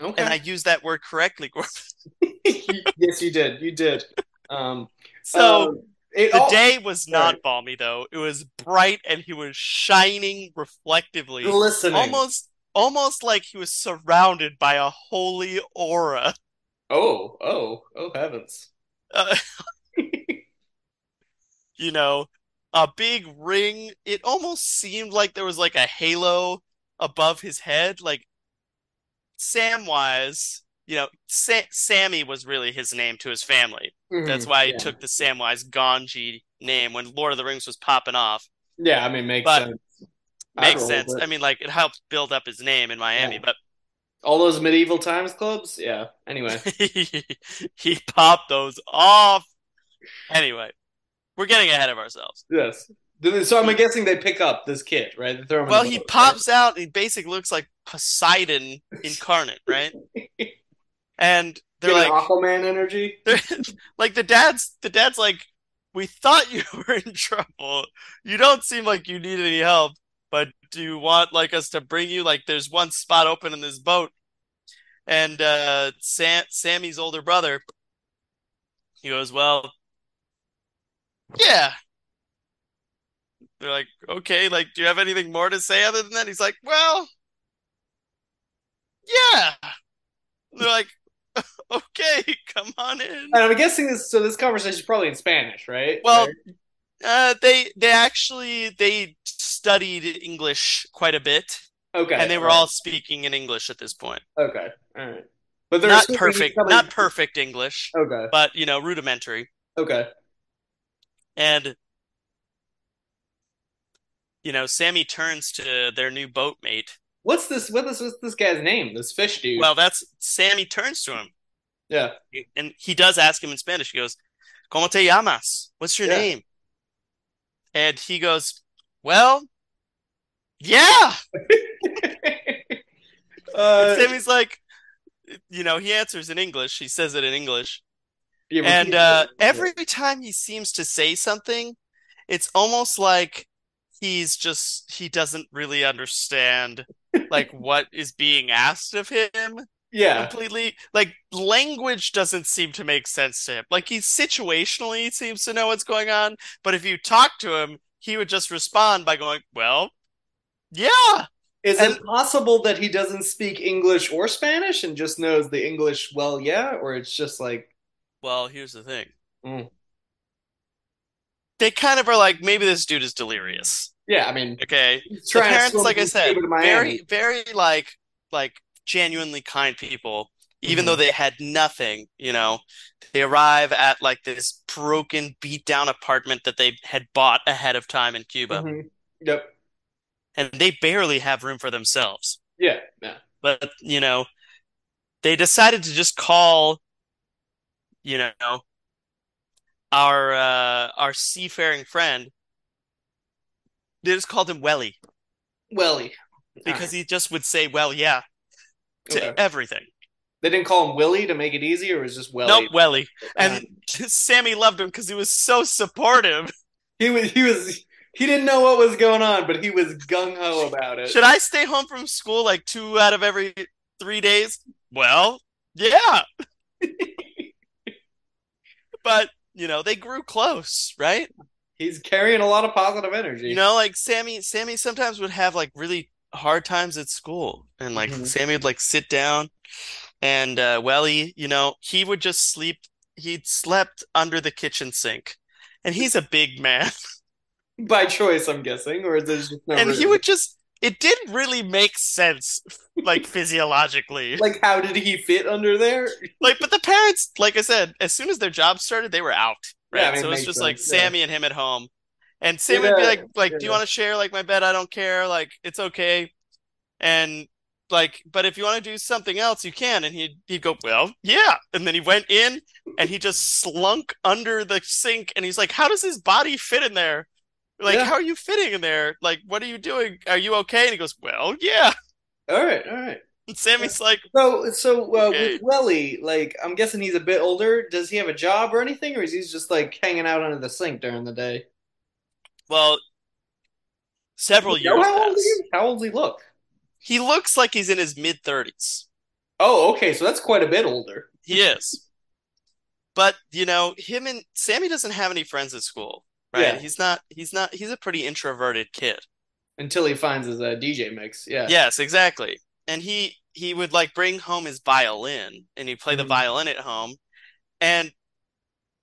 [SPEAKER 2] okay.
[SPEAKER 1] and I use that word correctly Gordon.
[SPEAKER 2] yes, you did. You did. Um,
[SPEAKER 1] so
[SPEAKER 2] um, it
[SPEAKER 1] The
[SPEAKER 2] all-
[SPEAKER 1] day was not
[SPEAKER 2] Right.
[SPEAKER 1] balmy though. It was bright and he was shining reflectively,
[SPEAKER 2] glistening.
[SPEAKER 1] almost almost like he was surrounded by a holy aura.
[SPEAKER 2] Oh, oh, oh, heavens.
[SPEAKER 1] Uh, you know, a big ring. It almost seemed like there was like a halo above his head, like Samwise. You know, Sa Sammy was really his name to his family. That's
[SPEAKER 2] Mhm.
[SPEAKER 1] why he
[SPEAKER 2] yeah.
[SPEAKER 1] took the Samwise Ganji name when Lord of the Rings was popping off.
[SPEAKER 2] Yeah, I mean, makes
[SPEAKER 1] But-
[SPEAKER 2] sense. I'd
[SPEAKER 1] Makes
[SPEAKER 2] roll
[SPEAKER 1] sense.
[SPEAKER 2] with it.
[SPEAKER 1] I mean, like it helped build up his name in Miami, but
[SPEAKER 2] all those medieval times clubs. Yeah. Anyway.
[SPEAKER 1] he, he popped those off. Anyway, we're getting ahead of ourselves.
[SPEAKER 2] Yes. Do they- So I'm guessing they pick up this kid, right? They throw him. in
[SPEAKER 1] Well,
[SPEAKER 2] the
[SPEAKER 1] he
[SPEAKER 2] boat,
[SPEAKER 1] pops out. He basically looks like Poseidon incarnate, right? And
[SPEAKER 2] Right?
[SPEAKER 1] they're
[SPEAKER 2] Get
[SPEAKER 1] like,
[SPEAKER 2] Aquaman energy.
[SPEAKER 1] they're, like the dad's the dad's like, we thought you were in trouble. You don't seem like you need any help, but do you want like us to bring you like there's one spot open in this boat? And uh Sam Sammy's older brother, he goes, Well, yeah. They're like, okay, like, do you have anything more to say other than that? He's like, well, yeah. They're like, okay, come on in.
[SPEAKER 2] And I'm guessing this. So this conversation is probably in Spanish, right?
[SPEAKER 1] Well,
[SPEAKER 2] Right?
[SPEAKER 1] Uh, they they actually they studied English quite a bit,
[SPEAKER 2] okay.
[SPEAKER 1] and they were all speaking in English at this point.
[SPEAKER 2] okay. All right. But they're
[SPEAKER 1] Not
[SPEAKER 2] assuming he's
[SPEAKER 1] perfect,
[SPEAKER 2] coming-
[SPEAKER 1] not perfect English,
[SPEAKER 2] Okay.
[SPEAKER 1] but you know, rudimentary.
[SPEAKER 2] Okay.
[SPEAKER 1] And you know, Sammy turns to their new boatmate.
[SPEAKER 2] What's this? What is what's this guy's name? This fish dude.
[SPEAKER 1] Well, that's Sammy turns to him.
[SPEAKER 2] yeah.
[SPEAKER 1] and he does ask him in Spanish. He goes, "Cómo te llamas? What's your
[SPEAKER 2] Yeah.
[SPEAKER 1] name?" And he goes, "Well, yeah."
[SPEAKER 2] Uh,
[SPEAKER 1] and Sammy's like, you know, he answers in English. He says it in English.
[SPEAKER 2] Yeah, but
[SPEAKER 1] And
[SPEAKER 2] he-
[SPEAKER 1] uh, every time he seems to say something, it's almost like he's just, he doesn't really understand like what is being asked of him
[SPEAKER 2] yeah,
[SPEAKER 1] completely. Like language doesn't seem to make sense to him. Like he situationally seems to know what's going on, but if you talk to him, he would just respond by going, "Well, yeah,
[SPEAKER 2] is it
[SPEAKER 1] and-
[SPEAKER 2] possible that he doesn't speak English or Spanish and just knows the English well? Yeah, or it's just like
[SPEAKER 1] well, here's the thing."
[SPEAKER 2] Mm.
[SPEAKER 1] They kind of are like, maybe this dude is delirious.
[SPEAKER 2] yeah. I mean,
[SPEAKER 1] Okay.
[SPEAKER 2] he's
[SPEAKER 1] The
[SPEAKER 2] trying to
[SPEAKER 1] parents,
[SPEAKER 2] swim
[SPEAKER 1] like I
[SPEAKER 2] from
[SPEAKER 1] said,
[SPEAKER 2] Cuba to Miami.
[SPEAKER 1] very, very like like genuinely kind people, even
[SPEAKER 2] Mhm.
[SPEAKER 1] though they had nothing, you know. They arrive at like this broken, beat down apartment that they had bought ahead of time in Cuba,
[SPEAKER 2] Mhm. Yep.
[SPEAKER 1] and they barely have room for themselves.
[SPEAKER 2] Yeah. Yeah.
[SPEAKER 1] But, you know, they decided to just call, you know, our uh our seafaring friend. They just called him Welly
[SPEAKER 2] Welly.
[SPEAKER 1] because he just would say, "Well, yeah." to
[SPEAKER 2] Okay.
[SPEAKER 1] everything.
[SPEAKER 2] They didn't call him Willie to make it easier, or is just Welly?
[SPEAKER 1] Nope, Welly.
[SPEAKER 2] Uh,
[SPEAKER 1] And Sammy loved him because he was so supportive.
[SPEAKER 2] he was he was he didn't know what was going on, but he was gung ho about it.
[SPEAKER 1] Should I stay home from school like two out of every three days? Well, yeah. But, you know, they grew close, right?
[SPEAKER 2] He's carrying a lot of positive energy.
[SPEAKER 1] You know, like Sammy Sammy sometimes would have like really hard times at school. And like
[SPEAKER 2] Mhm.
[SPEAKER 1] Sammy would like sit down and uh Welly, you know, he would just sleep he'd slept under the kitchen sink. And he's a big man.
[SPEAKER 2] by choice, I'm guessing, or there's just no
[SPEAKER 1] and he
[SPEAKER 2] room?
[SPEAKER 1] would just it didn't really make sense like physiologically
[SPEAKER 2] like how did he fit under there?
[SPEAKER 1] like but the parents like i said as soon as their job started they were out right
[SPEAKER 2] Yeah, I mean,
[SPEAKER 1] so it was
[SPEAKER 2] makes
[SPEAKER 1] just like
[SPEAKER 2] sense, yeah.
[SPEAKER 1] sammy and him at home and sammy would be
[SPEAKER 2] Yeah,
[SPEAKER 1] like like do you
[SPEAKER 2] yeah.
[SPEAKER 1] want to share like my bed i don't care like it's okay and like but if you want to do something else you can and he'd, he'd go well yeah and then he went in and he just slunk under the sink and he's like how does his body fit in there like
[SPEAKER 2] Yeah.
[SPEAKER 1] how are you fitting in there like what are you doing are you okay and he goes well yeah
[SPEAKER 2] All right, all right.
[SPEAKER 1] and sammy's like
[SPEAKER 2] So, so uh,
[SPEAKER 1] Okay.
[SPEAKER 2] with Welly, like I'm guessing he's a bit older. Does he have a job or anything, or is he just like hanging out under the sink during the day?
[SPEAKER 1] well several
[SPEAKER 2] You know
[SPEAKER 1] years
[SPEAKER 2] how old he
[SPEAKER 1] pass.
[SPEAKER 2] is? How old does he look?
[SPEAKER 1] He looks like he's in his mid 30s.
[SPEAKER 2] Oh, okay, so that's quite a bit older.
[SPEAKER 1] He is. But, you know, him and Sammy doesn't have any friends at school, right?
[SPEAKER 2] Yeah.
[SPEAKER 1] He's not he's not he's a pretty introverted kid.
[SPEAKER 2] Until he finds his uh, DJ mix, yeah.
[SPEAKER 1] Yes, exactly. And he he would like bring home his violin and he'd play the
[SPEAKER 2] Mhm.
[SPEAKER 1] violin at home. And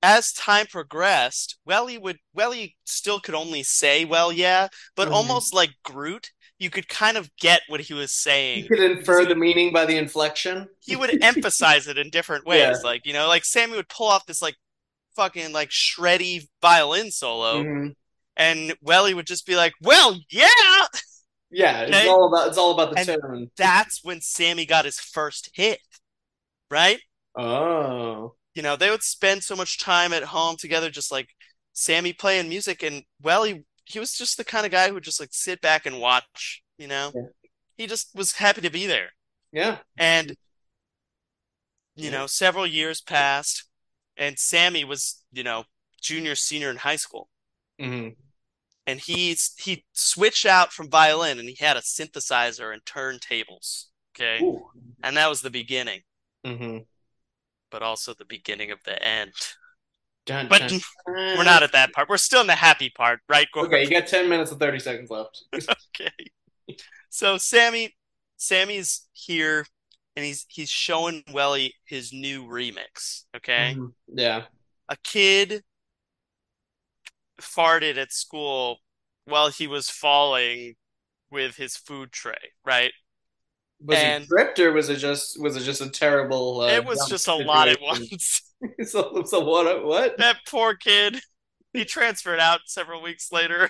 [SPEAKER 1] as time progressed, Welly would Welly still could only say well yeah, but
[SPEAKER 2] Mhm.
[SPEAKER 1] almost like Groot, you could kind of get what he was saying.
[SPEAKER 2] You could infer the meaning by the inflection.
[SPEAKER 1] he would emphasize it in different ways.
[SPEAKER 2] Yeah.
[SPEAKER 1] Like, you know, like Sammy would pull off this like fucking like shreddy violin solo
[SPEAKER 2] Mhm.
[SPEAKER 1] and Welly would just be like, Well, yeah.
[SPEAKER 2] Yeah, it's
[SPEAKER 1] Okay.
[SPEAKER 2] all about it's all about the
[SPEAKER 1] And-
[SPEAKER 2] tone.
[SPEAKER 1] That's when Sammy got his first hit. Right?
[SPEAKER 2] Oh,
[SPEAKER 1] You know, they would spend so much time at home together just like Sammy playing music and Welly he was just the kind of guy who would just like sit back and watch, you know?
[SPEAKER 2] Yeah.
[SPEAKER 1] He just was happy to be there.
[SPEAKER 2] yeah.
[SPEAKER 1] And you
[SPEAKER 2] Yeah.
[SPEAKER 1] know, several years passed, and Sammy was, you know, junior, senior in high school,
[SPEAKER 2] Mhm.
[SPEAKER 1] and he's he switched out from violin and he had a synthesizer and turntables. Okay.
[SPEAKER 2] Ooh.
[SPEAKER 1] And that was the beginning,
[SPEAKER 2] Mhm.
[SPEAKER 1] but also the beginning of the end.
[SPEAKER 2] Dun,
[SPEAKER 1] But
[SPEAKER 2] dun,
[SPEAKER 1] we're not at that part. We're still in the happy part, right, Gordon?
[SPEAKER 2] Okay, you got 10 minutes and 30 seconds left.
[SPEAKER 1] Okay. So Sammy, Sammy's here, and he's he's showing Welly his new remix. Okay.
[SPEAKER 2] Mhm. Yeah.
[SPEAKER 1] a kid farted at school while he was falling with his food tray, right?
[SPEAKER 2] Was
[SPEAKER 1] And-
[SPEAKER 2] it dripped or was it just was it just a terrible uh,
[SPEAKER 1] It was
[SPEAKER 2] dump
[SPEAKER 1] just a lot at
[SPEAKER 2] situation?
[SPEAKER 1] once.
[SPEAKER 2] so, so what uh, what?
[SPEAKER 1] That poor kid. He transferred out several weeks later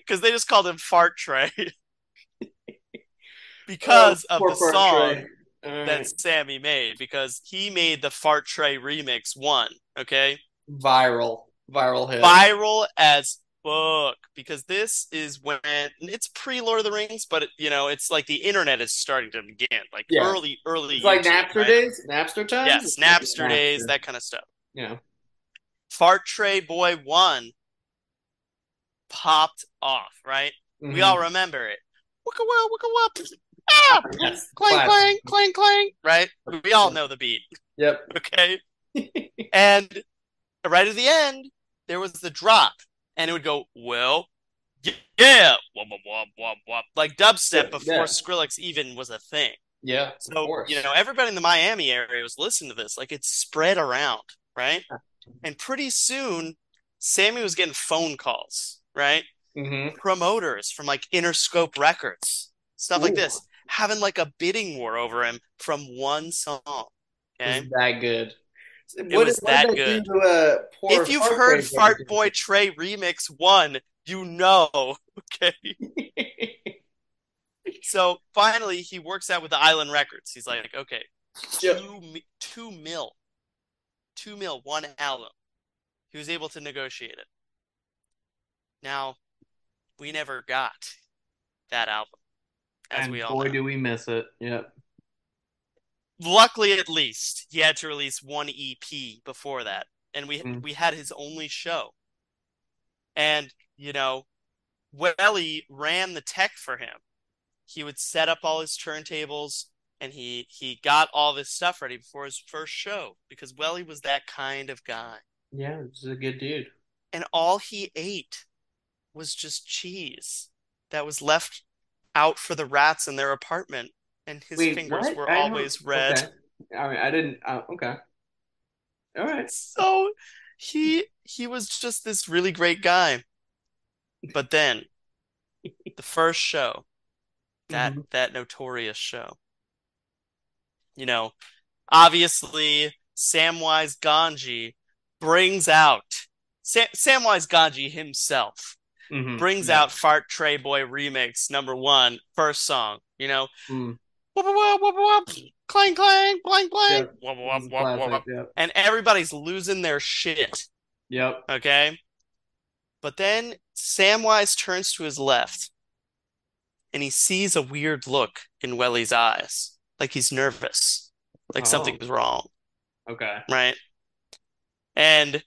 [SPEAKER 1] because they just called him Fart Tray because
[SPEAKER 2] Oh,
[SPEAKER 1] of
[SPEAKER 2] poor
[SPEAKER 1] the
[SPEAKER 2] Fart
[SPEAKER 1] song
[SPEAKER 2] Trey. All right.
[SPEAKER 1] that Sammy made because he made the Fart Tray remix one, okay?
[SPEAKER 2] viral. Viral hit.
[SPEAKER 1] Viral as book because this is when it's pre Lord of the Rings, but it, you know it's like the internet is starting to begin, like
[SPEAKER 2] Yeah.
[SPEAKER 1] early, early.
[SPEAKER 2] It's like
[SPEAKER 1] YouTube,
[SPEAKER 2] Napster
[SPEAKER 1] right?
[SPEAKER 2] days, Napster time.
[SPEAKER 1] Yeah, Snapster days, that kind of stuff.
[SPEAKER 2] You know,
[SPEAKER 1] Fart Tray Boy One popped off, right? We
[SPEAKER 2] mhm.
[SPEAKER 1] all remember it. Wicka wow, wicka wop. Ah!
[SPEAKER 2] Mm-hmm. Yes,
[SPEAKER 1] Clang,
[SPEAKER 2] classic.
[SPEAKER 1] clang, clang, clang. Right? We all know the beat.
[SPEAKER 2] Yep.
[SPEAKER 1] Okay. and right at the end, there was the drop, and it would go, well, y- yeah, womp, womp, womp, womp, womp. like dubstep
[SPEAKER 2] Yeah,
[SPEAKER 1] before
[SPEAKER 2] yeah.
[SPEAKER 1] Skrillex even was a thing.
[SPEAKER 2] Yeah. of
[SPEAKER 1] So,
[SPEAKER 2] course.
[SPEAKER 1] you know, everybody in the Miami area was listening to this. Like it spread around, right? And pretty soon, Sammy was getting phone calls, right?
[SPEAKER 2] Mhm.
[SPEAKER 1] Promoters from like Interscope Records, stuff like
[SPEAKER 2] Ooh.
[SPEAKER 1] this, having like a bidding war over him from one song. Okay.
[SPEAKER 2] It was that good. What
[SPEAKER 1] was
[SPEAKER 2] did- what
[SPEAKER 1] that
[SPEAKER 2] did
[SPEAKER 1] good.
[SPEAKER 2] do to, uh, poor
[SPEAKER 1] If you've
[SPEAKER 2] Fart
[SPEAKER 1] heard
[SPEAKER 2] Boy
[SPEAKER 1] Fart
[SPEAKER 2] version?
[SPEAKER 1] Boy Trey Remix 1, you know, okay? So finally, he works out with the Island Records. He's like, okay,
[SPEAKER 2] Yeah.
[SPEAKER 1] two, mi- two mil, two mil, one album. He was able to negotiate it. Now, we never got that album, as
[SPEAKER 2] And
[SPEAKER 1] we all
[SPEAKER 2] boy,
[SPEAKER 1] know.
[SPEAKER 2] do we miss it. Yep.
[SPEAKER 1] Luckily, at least, he had to release one EP before that, and we
[SPEAKER 2] Mhm.
[SPEAKER 1] we had his only show. And you know, Welly ran the tech for him. He would set up all his turntables, and he he got all this stuff ready before his first show because Welly was that kind of guy.
[SPEAKER 2] Yeah, this is a good dude.
[SPEAKER 1] And all he ate was just cheese that was left out for the rats in their apartment, and his
[SPEAKER 2] Wait,
[SPEAKER 1] fingers
[SPEAKER 2] what?
[SPEAKER 1] were
[SPEAKER 2] I don't-
[SPEAKER 1] always red.
[SPEAKER 2] Okay. I mean, I didn't. Uh, okay. All right.
[SPEAKER 1] so he he was just this really great guy but then the first show that
[SPEAKER 2] Mhm.
[SPEAKER 1] that notorious show you know obviously samwise ganji brings out Sa- samwise ganji himself
[SPEAKER 2] Mhm.
[SPEAKER 1] brings
[SPEAKER 2] Yeah.
[SPEAKER 1] out fart tray boy remix number one first song you know
[SPEAKER 2] Mm.
[SPEAKER 1] whoop whoop whoop whoop clang clang clang clang
[SPEAKER 2] Yep.
[SPEAKER 1] whoop,
[SPEAKER 2] This is
[SPEAKER 1] whoop, whoop, whoop,
[SPEAKER 2] classic.
[SPEAKER 1] whoop.
[SPEAKER 2] Yep.
[SPEAKER 1] and everybody's losing their shit
[SPEAKER 2] Yep.
[SPEAKER 1] Okay. But then Samwise turns to his left and he sees a weird look in Welly's eyes, like he's nervous, like
[SPEAKER 2] Oh.
[SPEAKER 1] something's wrong,
[SPEAKER 2] Okay.
[SPEAKER 1] right? And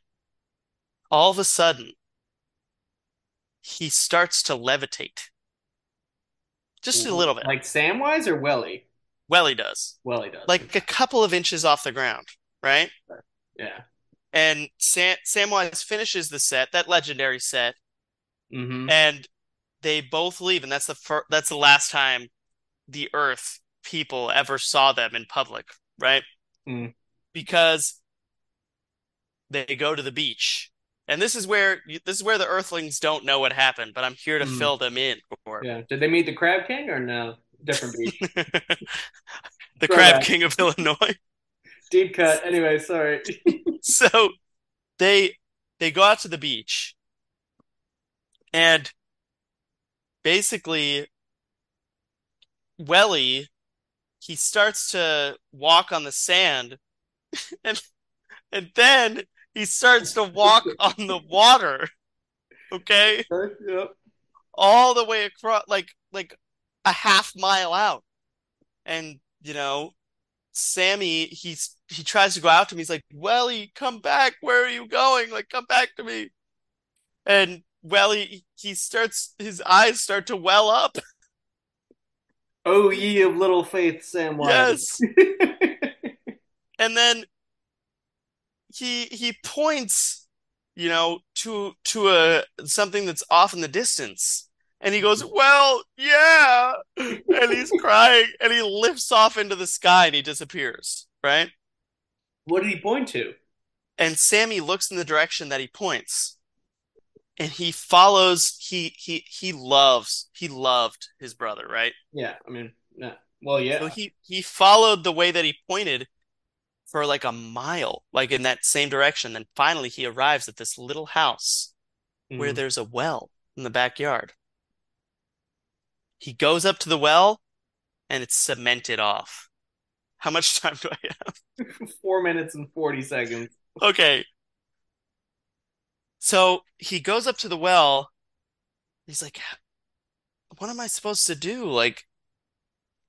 [SPEAKER 1] all of a sudden, he starts to levitate. Just a little bit.
[SPEAKER 2] Mm-hmm. Like Samwise or Welly?
[SPEAKER 1] Welly does.
[SPEAKER 2] Welly does.
[SPEAKER 1] Like a couple of inches off the ground, right?
[SPEAKER 2] yeah.
[SPEAKER 1] And Sam Samwise finishes the set, that legendary set.
[SPEAKER 2] Mm-hmm.
[SPEAKER 1] and they both leave and that's the fir- that's the last time the earth people ever saw them in public right
[SPEAKER 2] Mm.
[SPEAKER 1] because they go to the beach and this is where this is where the earthlings don't know what happened but i'm here to
[SPEAKER 2] Mm.
[SPEAKER 1] fill them in for
[SPEAKER 2] Yeah. Did they meet the Crab King or no? Different beach.
[SPEAKER 1] the
[SPEAKER 2] Throw
[SPEAKER 1] crab
[SPEAKER 2] back.
[SPEAKER 1] king of illinois
[SPEAKER 2] Deep cut. Anyway, sorry.
[SPEAKER 1] so they they go out to the beach and basically Welly he starts to walk on the sand and and then he starts to walk on the water okay
[SPEAKER 2] yep.
[SPEAKER 1] all the way across like like a half mile out and you know Sammy he's he tries to go out to me he's like Welly come back where are you going like come back to me and Welly he starts his eyes start to well up
[SPEAKER 2] Oh, ye of little faith, Samwise.
[SPEAKER 1] yes and then he he points you know to to a something that's off in the distance and he goes well yeah and he's crying and he lifts off into the sky and he disappears right
[SPEAKER 2] What did he point to?
[SPEAKER 1] and Sammy looks in the direction that he points and he follows he he he loves he loved his brother right
[SPEAKER 2] Yeah. I mean, no. Well,
[SPEAKER 1] so
[SPEAKER 2] yeah.
[SPEAKER 1] he he followed the way that he pointed for like a mile like in that same direction then finally he arrives at this little house where
[SPEAKER 2] Mhm.
[SPEAKER 1] there's a well in the backyard he goes up to the well and it's cemented off how much time do i have
[SPEAKER 2] Four minutes and 40 seconds.
[SPEAKER 1] okay So he goes up to the well. He's like, "What am I supposed to do? Like,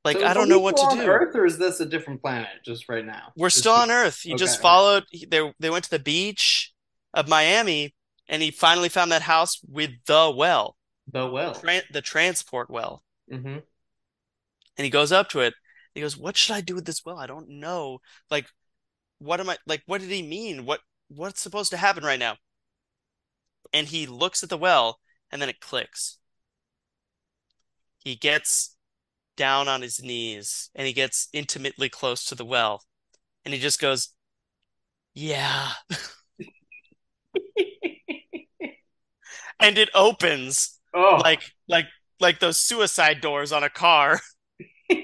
[SPEAKER 1] like
[SPEAKER 2] So
[SPEAKER 1] I
[SPEAKER 2] are
[SPEAKER 1] don't
[SPEAKER 2] we
[SPEAKER 1] know what
[SPEAKER 2] still
[SPEAKER 1] to
[SPEAKER 2] on
[SPEAKER 1] do.
[SPEAKER 2] Earth, or is this a different planet just right now?
[SPEAKER 1] We're
[SPEAKER 2] This
[SPEAKER 1] still
[SPEAKER 2] is-
[SPEAKER 1] on Earth. He just
[SPEAKER 2] Okay.
[SPEAKER 1] followed. He, they they went to the beach of Miami, and he finally found that house with the well,
[SPEAKER 2] the well.
[SPEAKER 1] tran the transport well.
[SPEAKER 2] hmm
[SPEAKER 1] And he goes up to it. He goes, "What should I do with this well? I don't know. Like, what am I like? What did he mean? What what's supposed to happen right now?" And he looks at the well, and then it clicks. He gets down on his knees and he gets intimately close to the well, and he just goes, "Yeah." And it opens
[SPEAKER 2] Oh,
[SPEAKER 1] like like like those suicide doors on a car.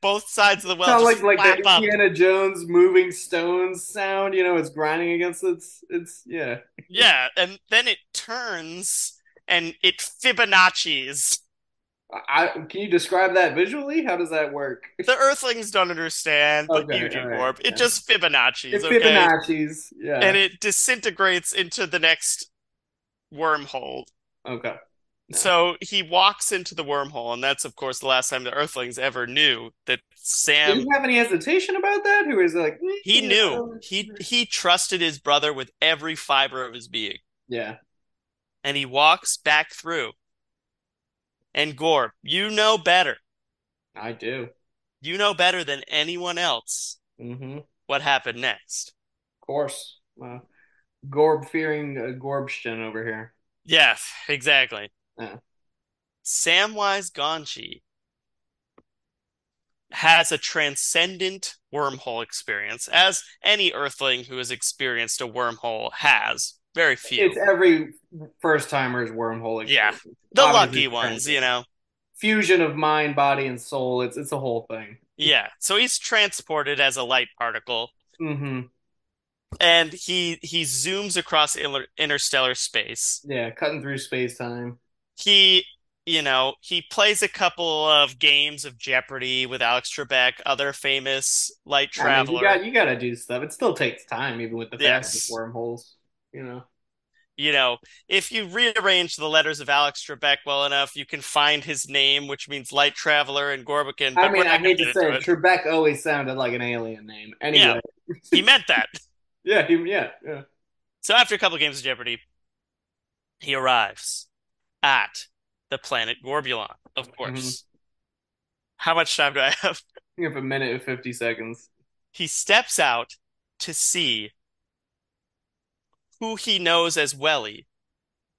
[SPEAKER 1] Both sides of the well
[SPEAKER 2] sound
[SPEAKER 1] just
[SPEAKER 2] like like
[SPEAKER 1] flap
[SPEAKER 2] the
[SPEAKER 1] up.
[SPEAKER 2] Indiana Jones moving stones sound. You know, it's grinding against its its yeah.
[SPEAKER 1] Yeah, and then it turns and it Fibonacci's.
[SPEAKER 2] I, I- can you describe that visually? How does that work?
[SPEAKER 1] The Earthlings don't understand, but
[SPEAKER 2] Okay,
[SPEAKER 1] you do,
[SPEAKER 2] all right,
[SPEAKER 1] Orb. It
[SPEAKER 2] yeah.
[SPEAKER 1] just Fibonacci's,
[SPEAKER 2] It's
[SPEAKER 1] okay?
[SPEAKER 2] Fibonacci's. Yeah.
[SPEAKER 1] And it disintegrates into the next wormhole.
[SPEAKER 2] okay.
[SPEAKER 1] So he walks into the wormhole, and that's, of course, the last time the Earthlings ever knew that
[SPEAKER 2] Did
[SPEAKER 1] Sam,
[SPEAKER 2] you have any hesitation about that? Who is like? "Mm,
[SPEAKER 1] Um, he
[SPEAKER 2] you
[SPEAKER 1] knew.
[SPEAKER 2] know."
[SPEAKER 1] He he trusted his brother with every fiber of his being.
[SPEAKER 2] Yeah.
[SPEAKER 1] And he walks back through. And Gorb, you know better.
[SPEAKER 2] I do.
[SPEAKER 1] You know better than anyone else
[SPEAKER 2] Mm-hmm. Of
[SPEAKER 1] what happened next.
[SPEAKER 2] course. Uh, Gorb fearing uh, Gorbston over here.
[SPEAKER 1] Yes, exactly.
[SPEAKER 2] Yeah.
[SPEAKER 1] Samwise Gamgee has a transcendent wormhole experience, as any Earthling who has experienced a wormhole has. Very few.
[SPEAKER 2] It's every first timer's wormhole.
[SPEAKER 1] Yeah.
[SPEAKER 2] experience.
[SPEAKER 1] The
[SPEAKER 2] obviously
[SPEAKER 1] lucky ones, you know.
[SPEAKER 2] Fusion of mind, body, and soul. It's it's a whole thing.
[SPEAKER 1] Yeah. So he's transported as a light particle.
[SPEAKER 2] Mm-hmm.
[SPEAKER 1] and he he zooms across inter- interstellar space.
[SPEAKER 2] Yeah, cutting through space time.
[SPEAKER 1] He, you know, he plays a couple of games of Jeopardy with Alex Trebek, other famous light
[SPEAKER 2] I mean, you
[SPEAKER 1] traveler.
[SPEAKER 2] got you got to do stuff. It still takes time, even with the fastest
[SPEAKER 1] Yes.
[SPEAKER 2] wormholes. You know.
[SPEAKER 1] You know, if you rearrange the letters of Alex Trebek well enough, you can find his name, which means light traveler in Gorbakin,
[SPEAKER 2] I
[SPEAKER 1] but we're
[SPEAKER 2] mean, I
[SPEAKER 1] not gonna
[SPEAKER 2] hate
[SPEAKER 1] get
[SPEAKER 2] to
[SPEAKER 1] into
[SPEAKER 2] say, it,
[SPEAKER 1] it.
[SPEAKER 2] Trebek always sounded like an alien name. Anyway,
[SPEAKER 1] He meant that.
[SPEAKER 2] yeah, he, yeah, yeah.
[SPEAKER 1] So after a couple of games of Jeopardy, he arrives at the planet Gorbulon,
[SPEAKER 2] Mm-hmm.
[SPEAKER 1] of course. How much time do I have?
[SPEAKER 2] You have a minute and fifty seconds.
[SPEAKER 1] he steps out to see who he knows as Welly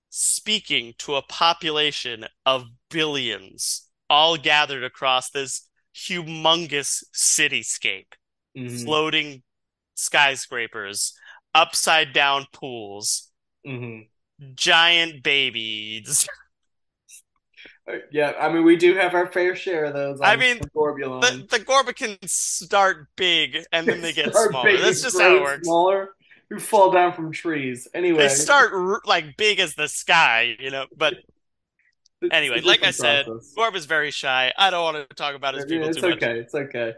[SPEAKER 1] speaking to a population of billions all gathered across this humongous cityscape
[SPEAKER 2] Mm-hmm.
[SPEAKER 1] floating skyscrapers upside down pools
[SPEAKER 2] Mm-hmm.
[SPEAKER 1] giant babies
[SPEAKER 2] Uh, Yeah, I mean, we do have our fair share of those.
[SPEAKER 1] I
[SPEAKER 2] on
[SPEAKER 1] mean,
[SPEAKER 2] Gorbulon.
[SPEAKER 1] the, the Gorbikins start big and then they get
[SPEAKER 2] Start
[SPEAKER 1] smaller
[SPEAKER 2] big and
[SPEAKER 1] that's just how it
[SPEAKER 2] grow
[SPEAKER 1] works
[SPEAKER 2] Smaller, who fall down from trees. Anyway,
[SPEAKER 1] they start r- like big as the sky you know but
[SPEAKER 2] it's
[SPEAKER 1] anyway,
[SPEAKER 2] a
[SPEAKER 1] like I
[SPEAKER 2] different
[SPEAKER 1] said,
[SPEAKER 2] process.
[SPEAKER 1] Gorb is very shy. I don't want to talk about his
[SPEAKER 2] Yeah,
[SPEAKER 1] people
[SPEAKER 2] it's
[SPEAKER 1] too much.
[SPEAKER 2] okay. It's okay.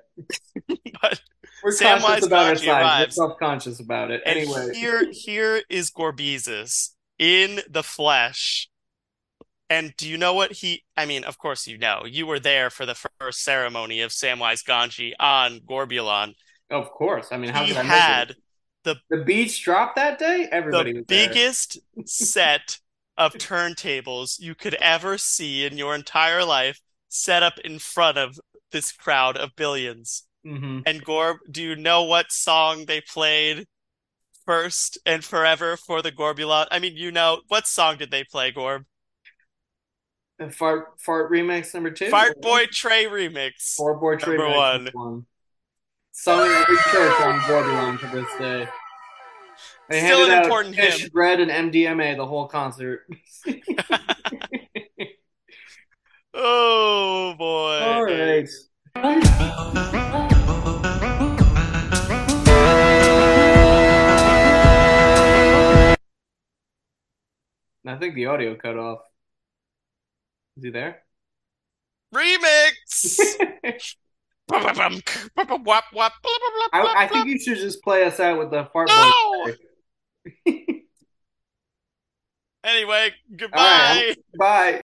[SPEAKER 1] But
[SPEAKER 2] We're
[SPEAKER 1] Samwise
[SPEAKER 2] conscious about our
[SPEAKER 1] Gamgee
[SPEAKER 2] size.
[SPEAKER 1] arrives.
[SPEAKER 2] We're self-conscious about it.
[SPEAKER 1] and
[SPEAKER 2] anyway,
[SPEAKER 1] here here is Gorbeezus in the flesh. And do you know what he I mean, of course you know. You were there for the first ceremony of Samwise Ganji on Gorbulon.
[SPEAKER 2] of course. I mean, how
[SPEAKER 1] He
[SPEAKER 2] could I miss it?
[SPEAKER 1] had
[SPEAKER 2] The beach dropped that day. Everybody
[SPEAKER 1] the
[SPEAKER 2] was there.
[SPEAKER 1] biggest set of turntables you could ever see in your entire life set up in front of this crowd of billions.
[SPEAKER 2] hmm
[SPEAKER 1] And Gorb, do you know what song they played first and forever for the Gorbulon? I mean, you know, what song did they play, Gorb?
[SPEAKER 2] And fart fart remix number two.
[SPEAKER 1] Fart Boy Trey remix.
[SPEAKER 2] Fart boy tree
[SPEAKER 1] number
[SPEAKER 2] remix
[SPEAKER 1] one.
[SPEAKER 2] one. Sung in every church on Borderline to this day. They
[SPEAKER 1] Still
[SPEAKER 2] handed
[SPEAKER 1] an
[SPEAKER 2] out
[SPEAKER 1] important
[SPEAKER 2] fish
[SPEAKER 1] hymn.
[SPEAKER 2] bread and MDMA the whole concert.
[SPEAKER 1] Oh boy.
[SPEAKER 2] All right. I think the audio cut off. Is he there?
[SPEAKER 1] Remix. Ba-ba-bum, ba-ba-wap, wap, blah, blah, blah,
[SPEAKER 2] I, I
[SPEAKER 1] blah,
[SPEAKER 2] think you should just play us out with the fart
[SPEAKER 1] No!
[SPEAKER 2] boy. Anyway, goodbye.
[SPEAKER 1] Bye.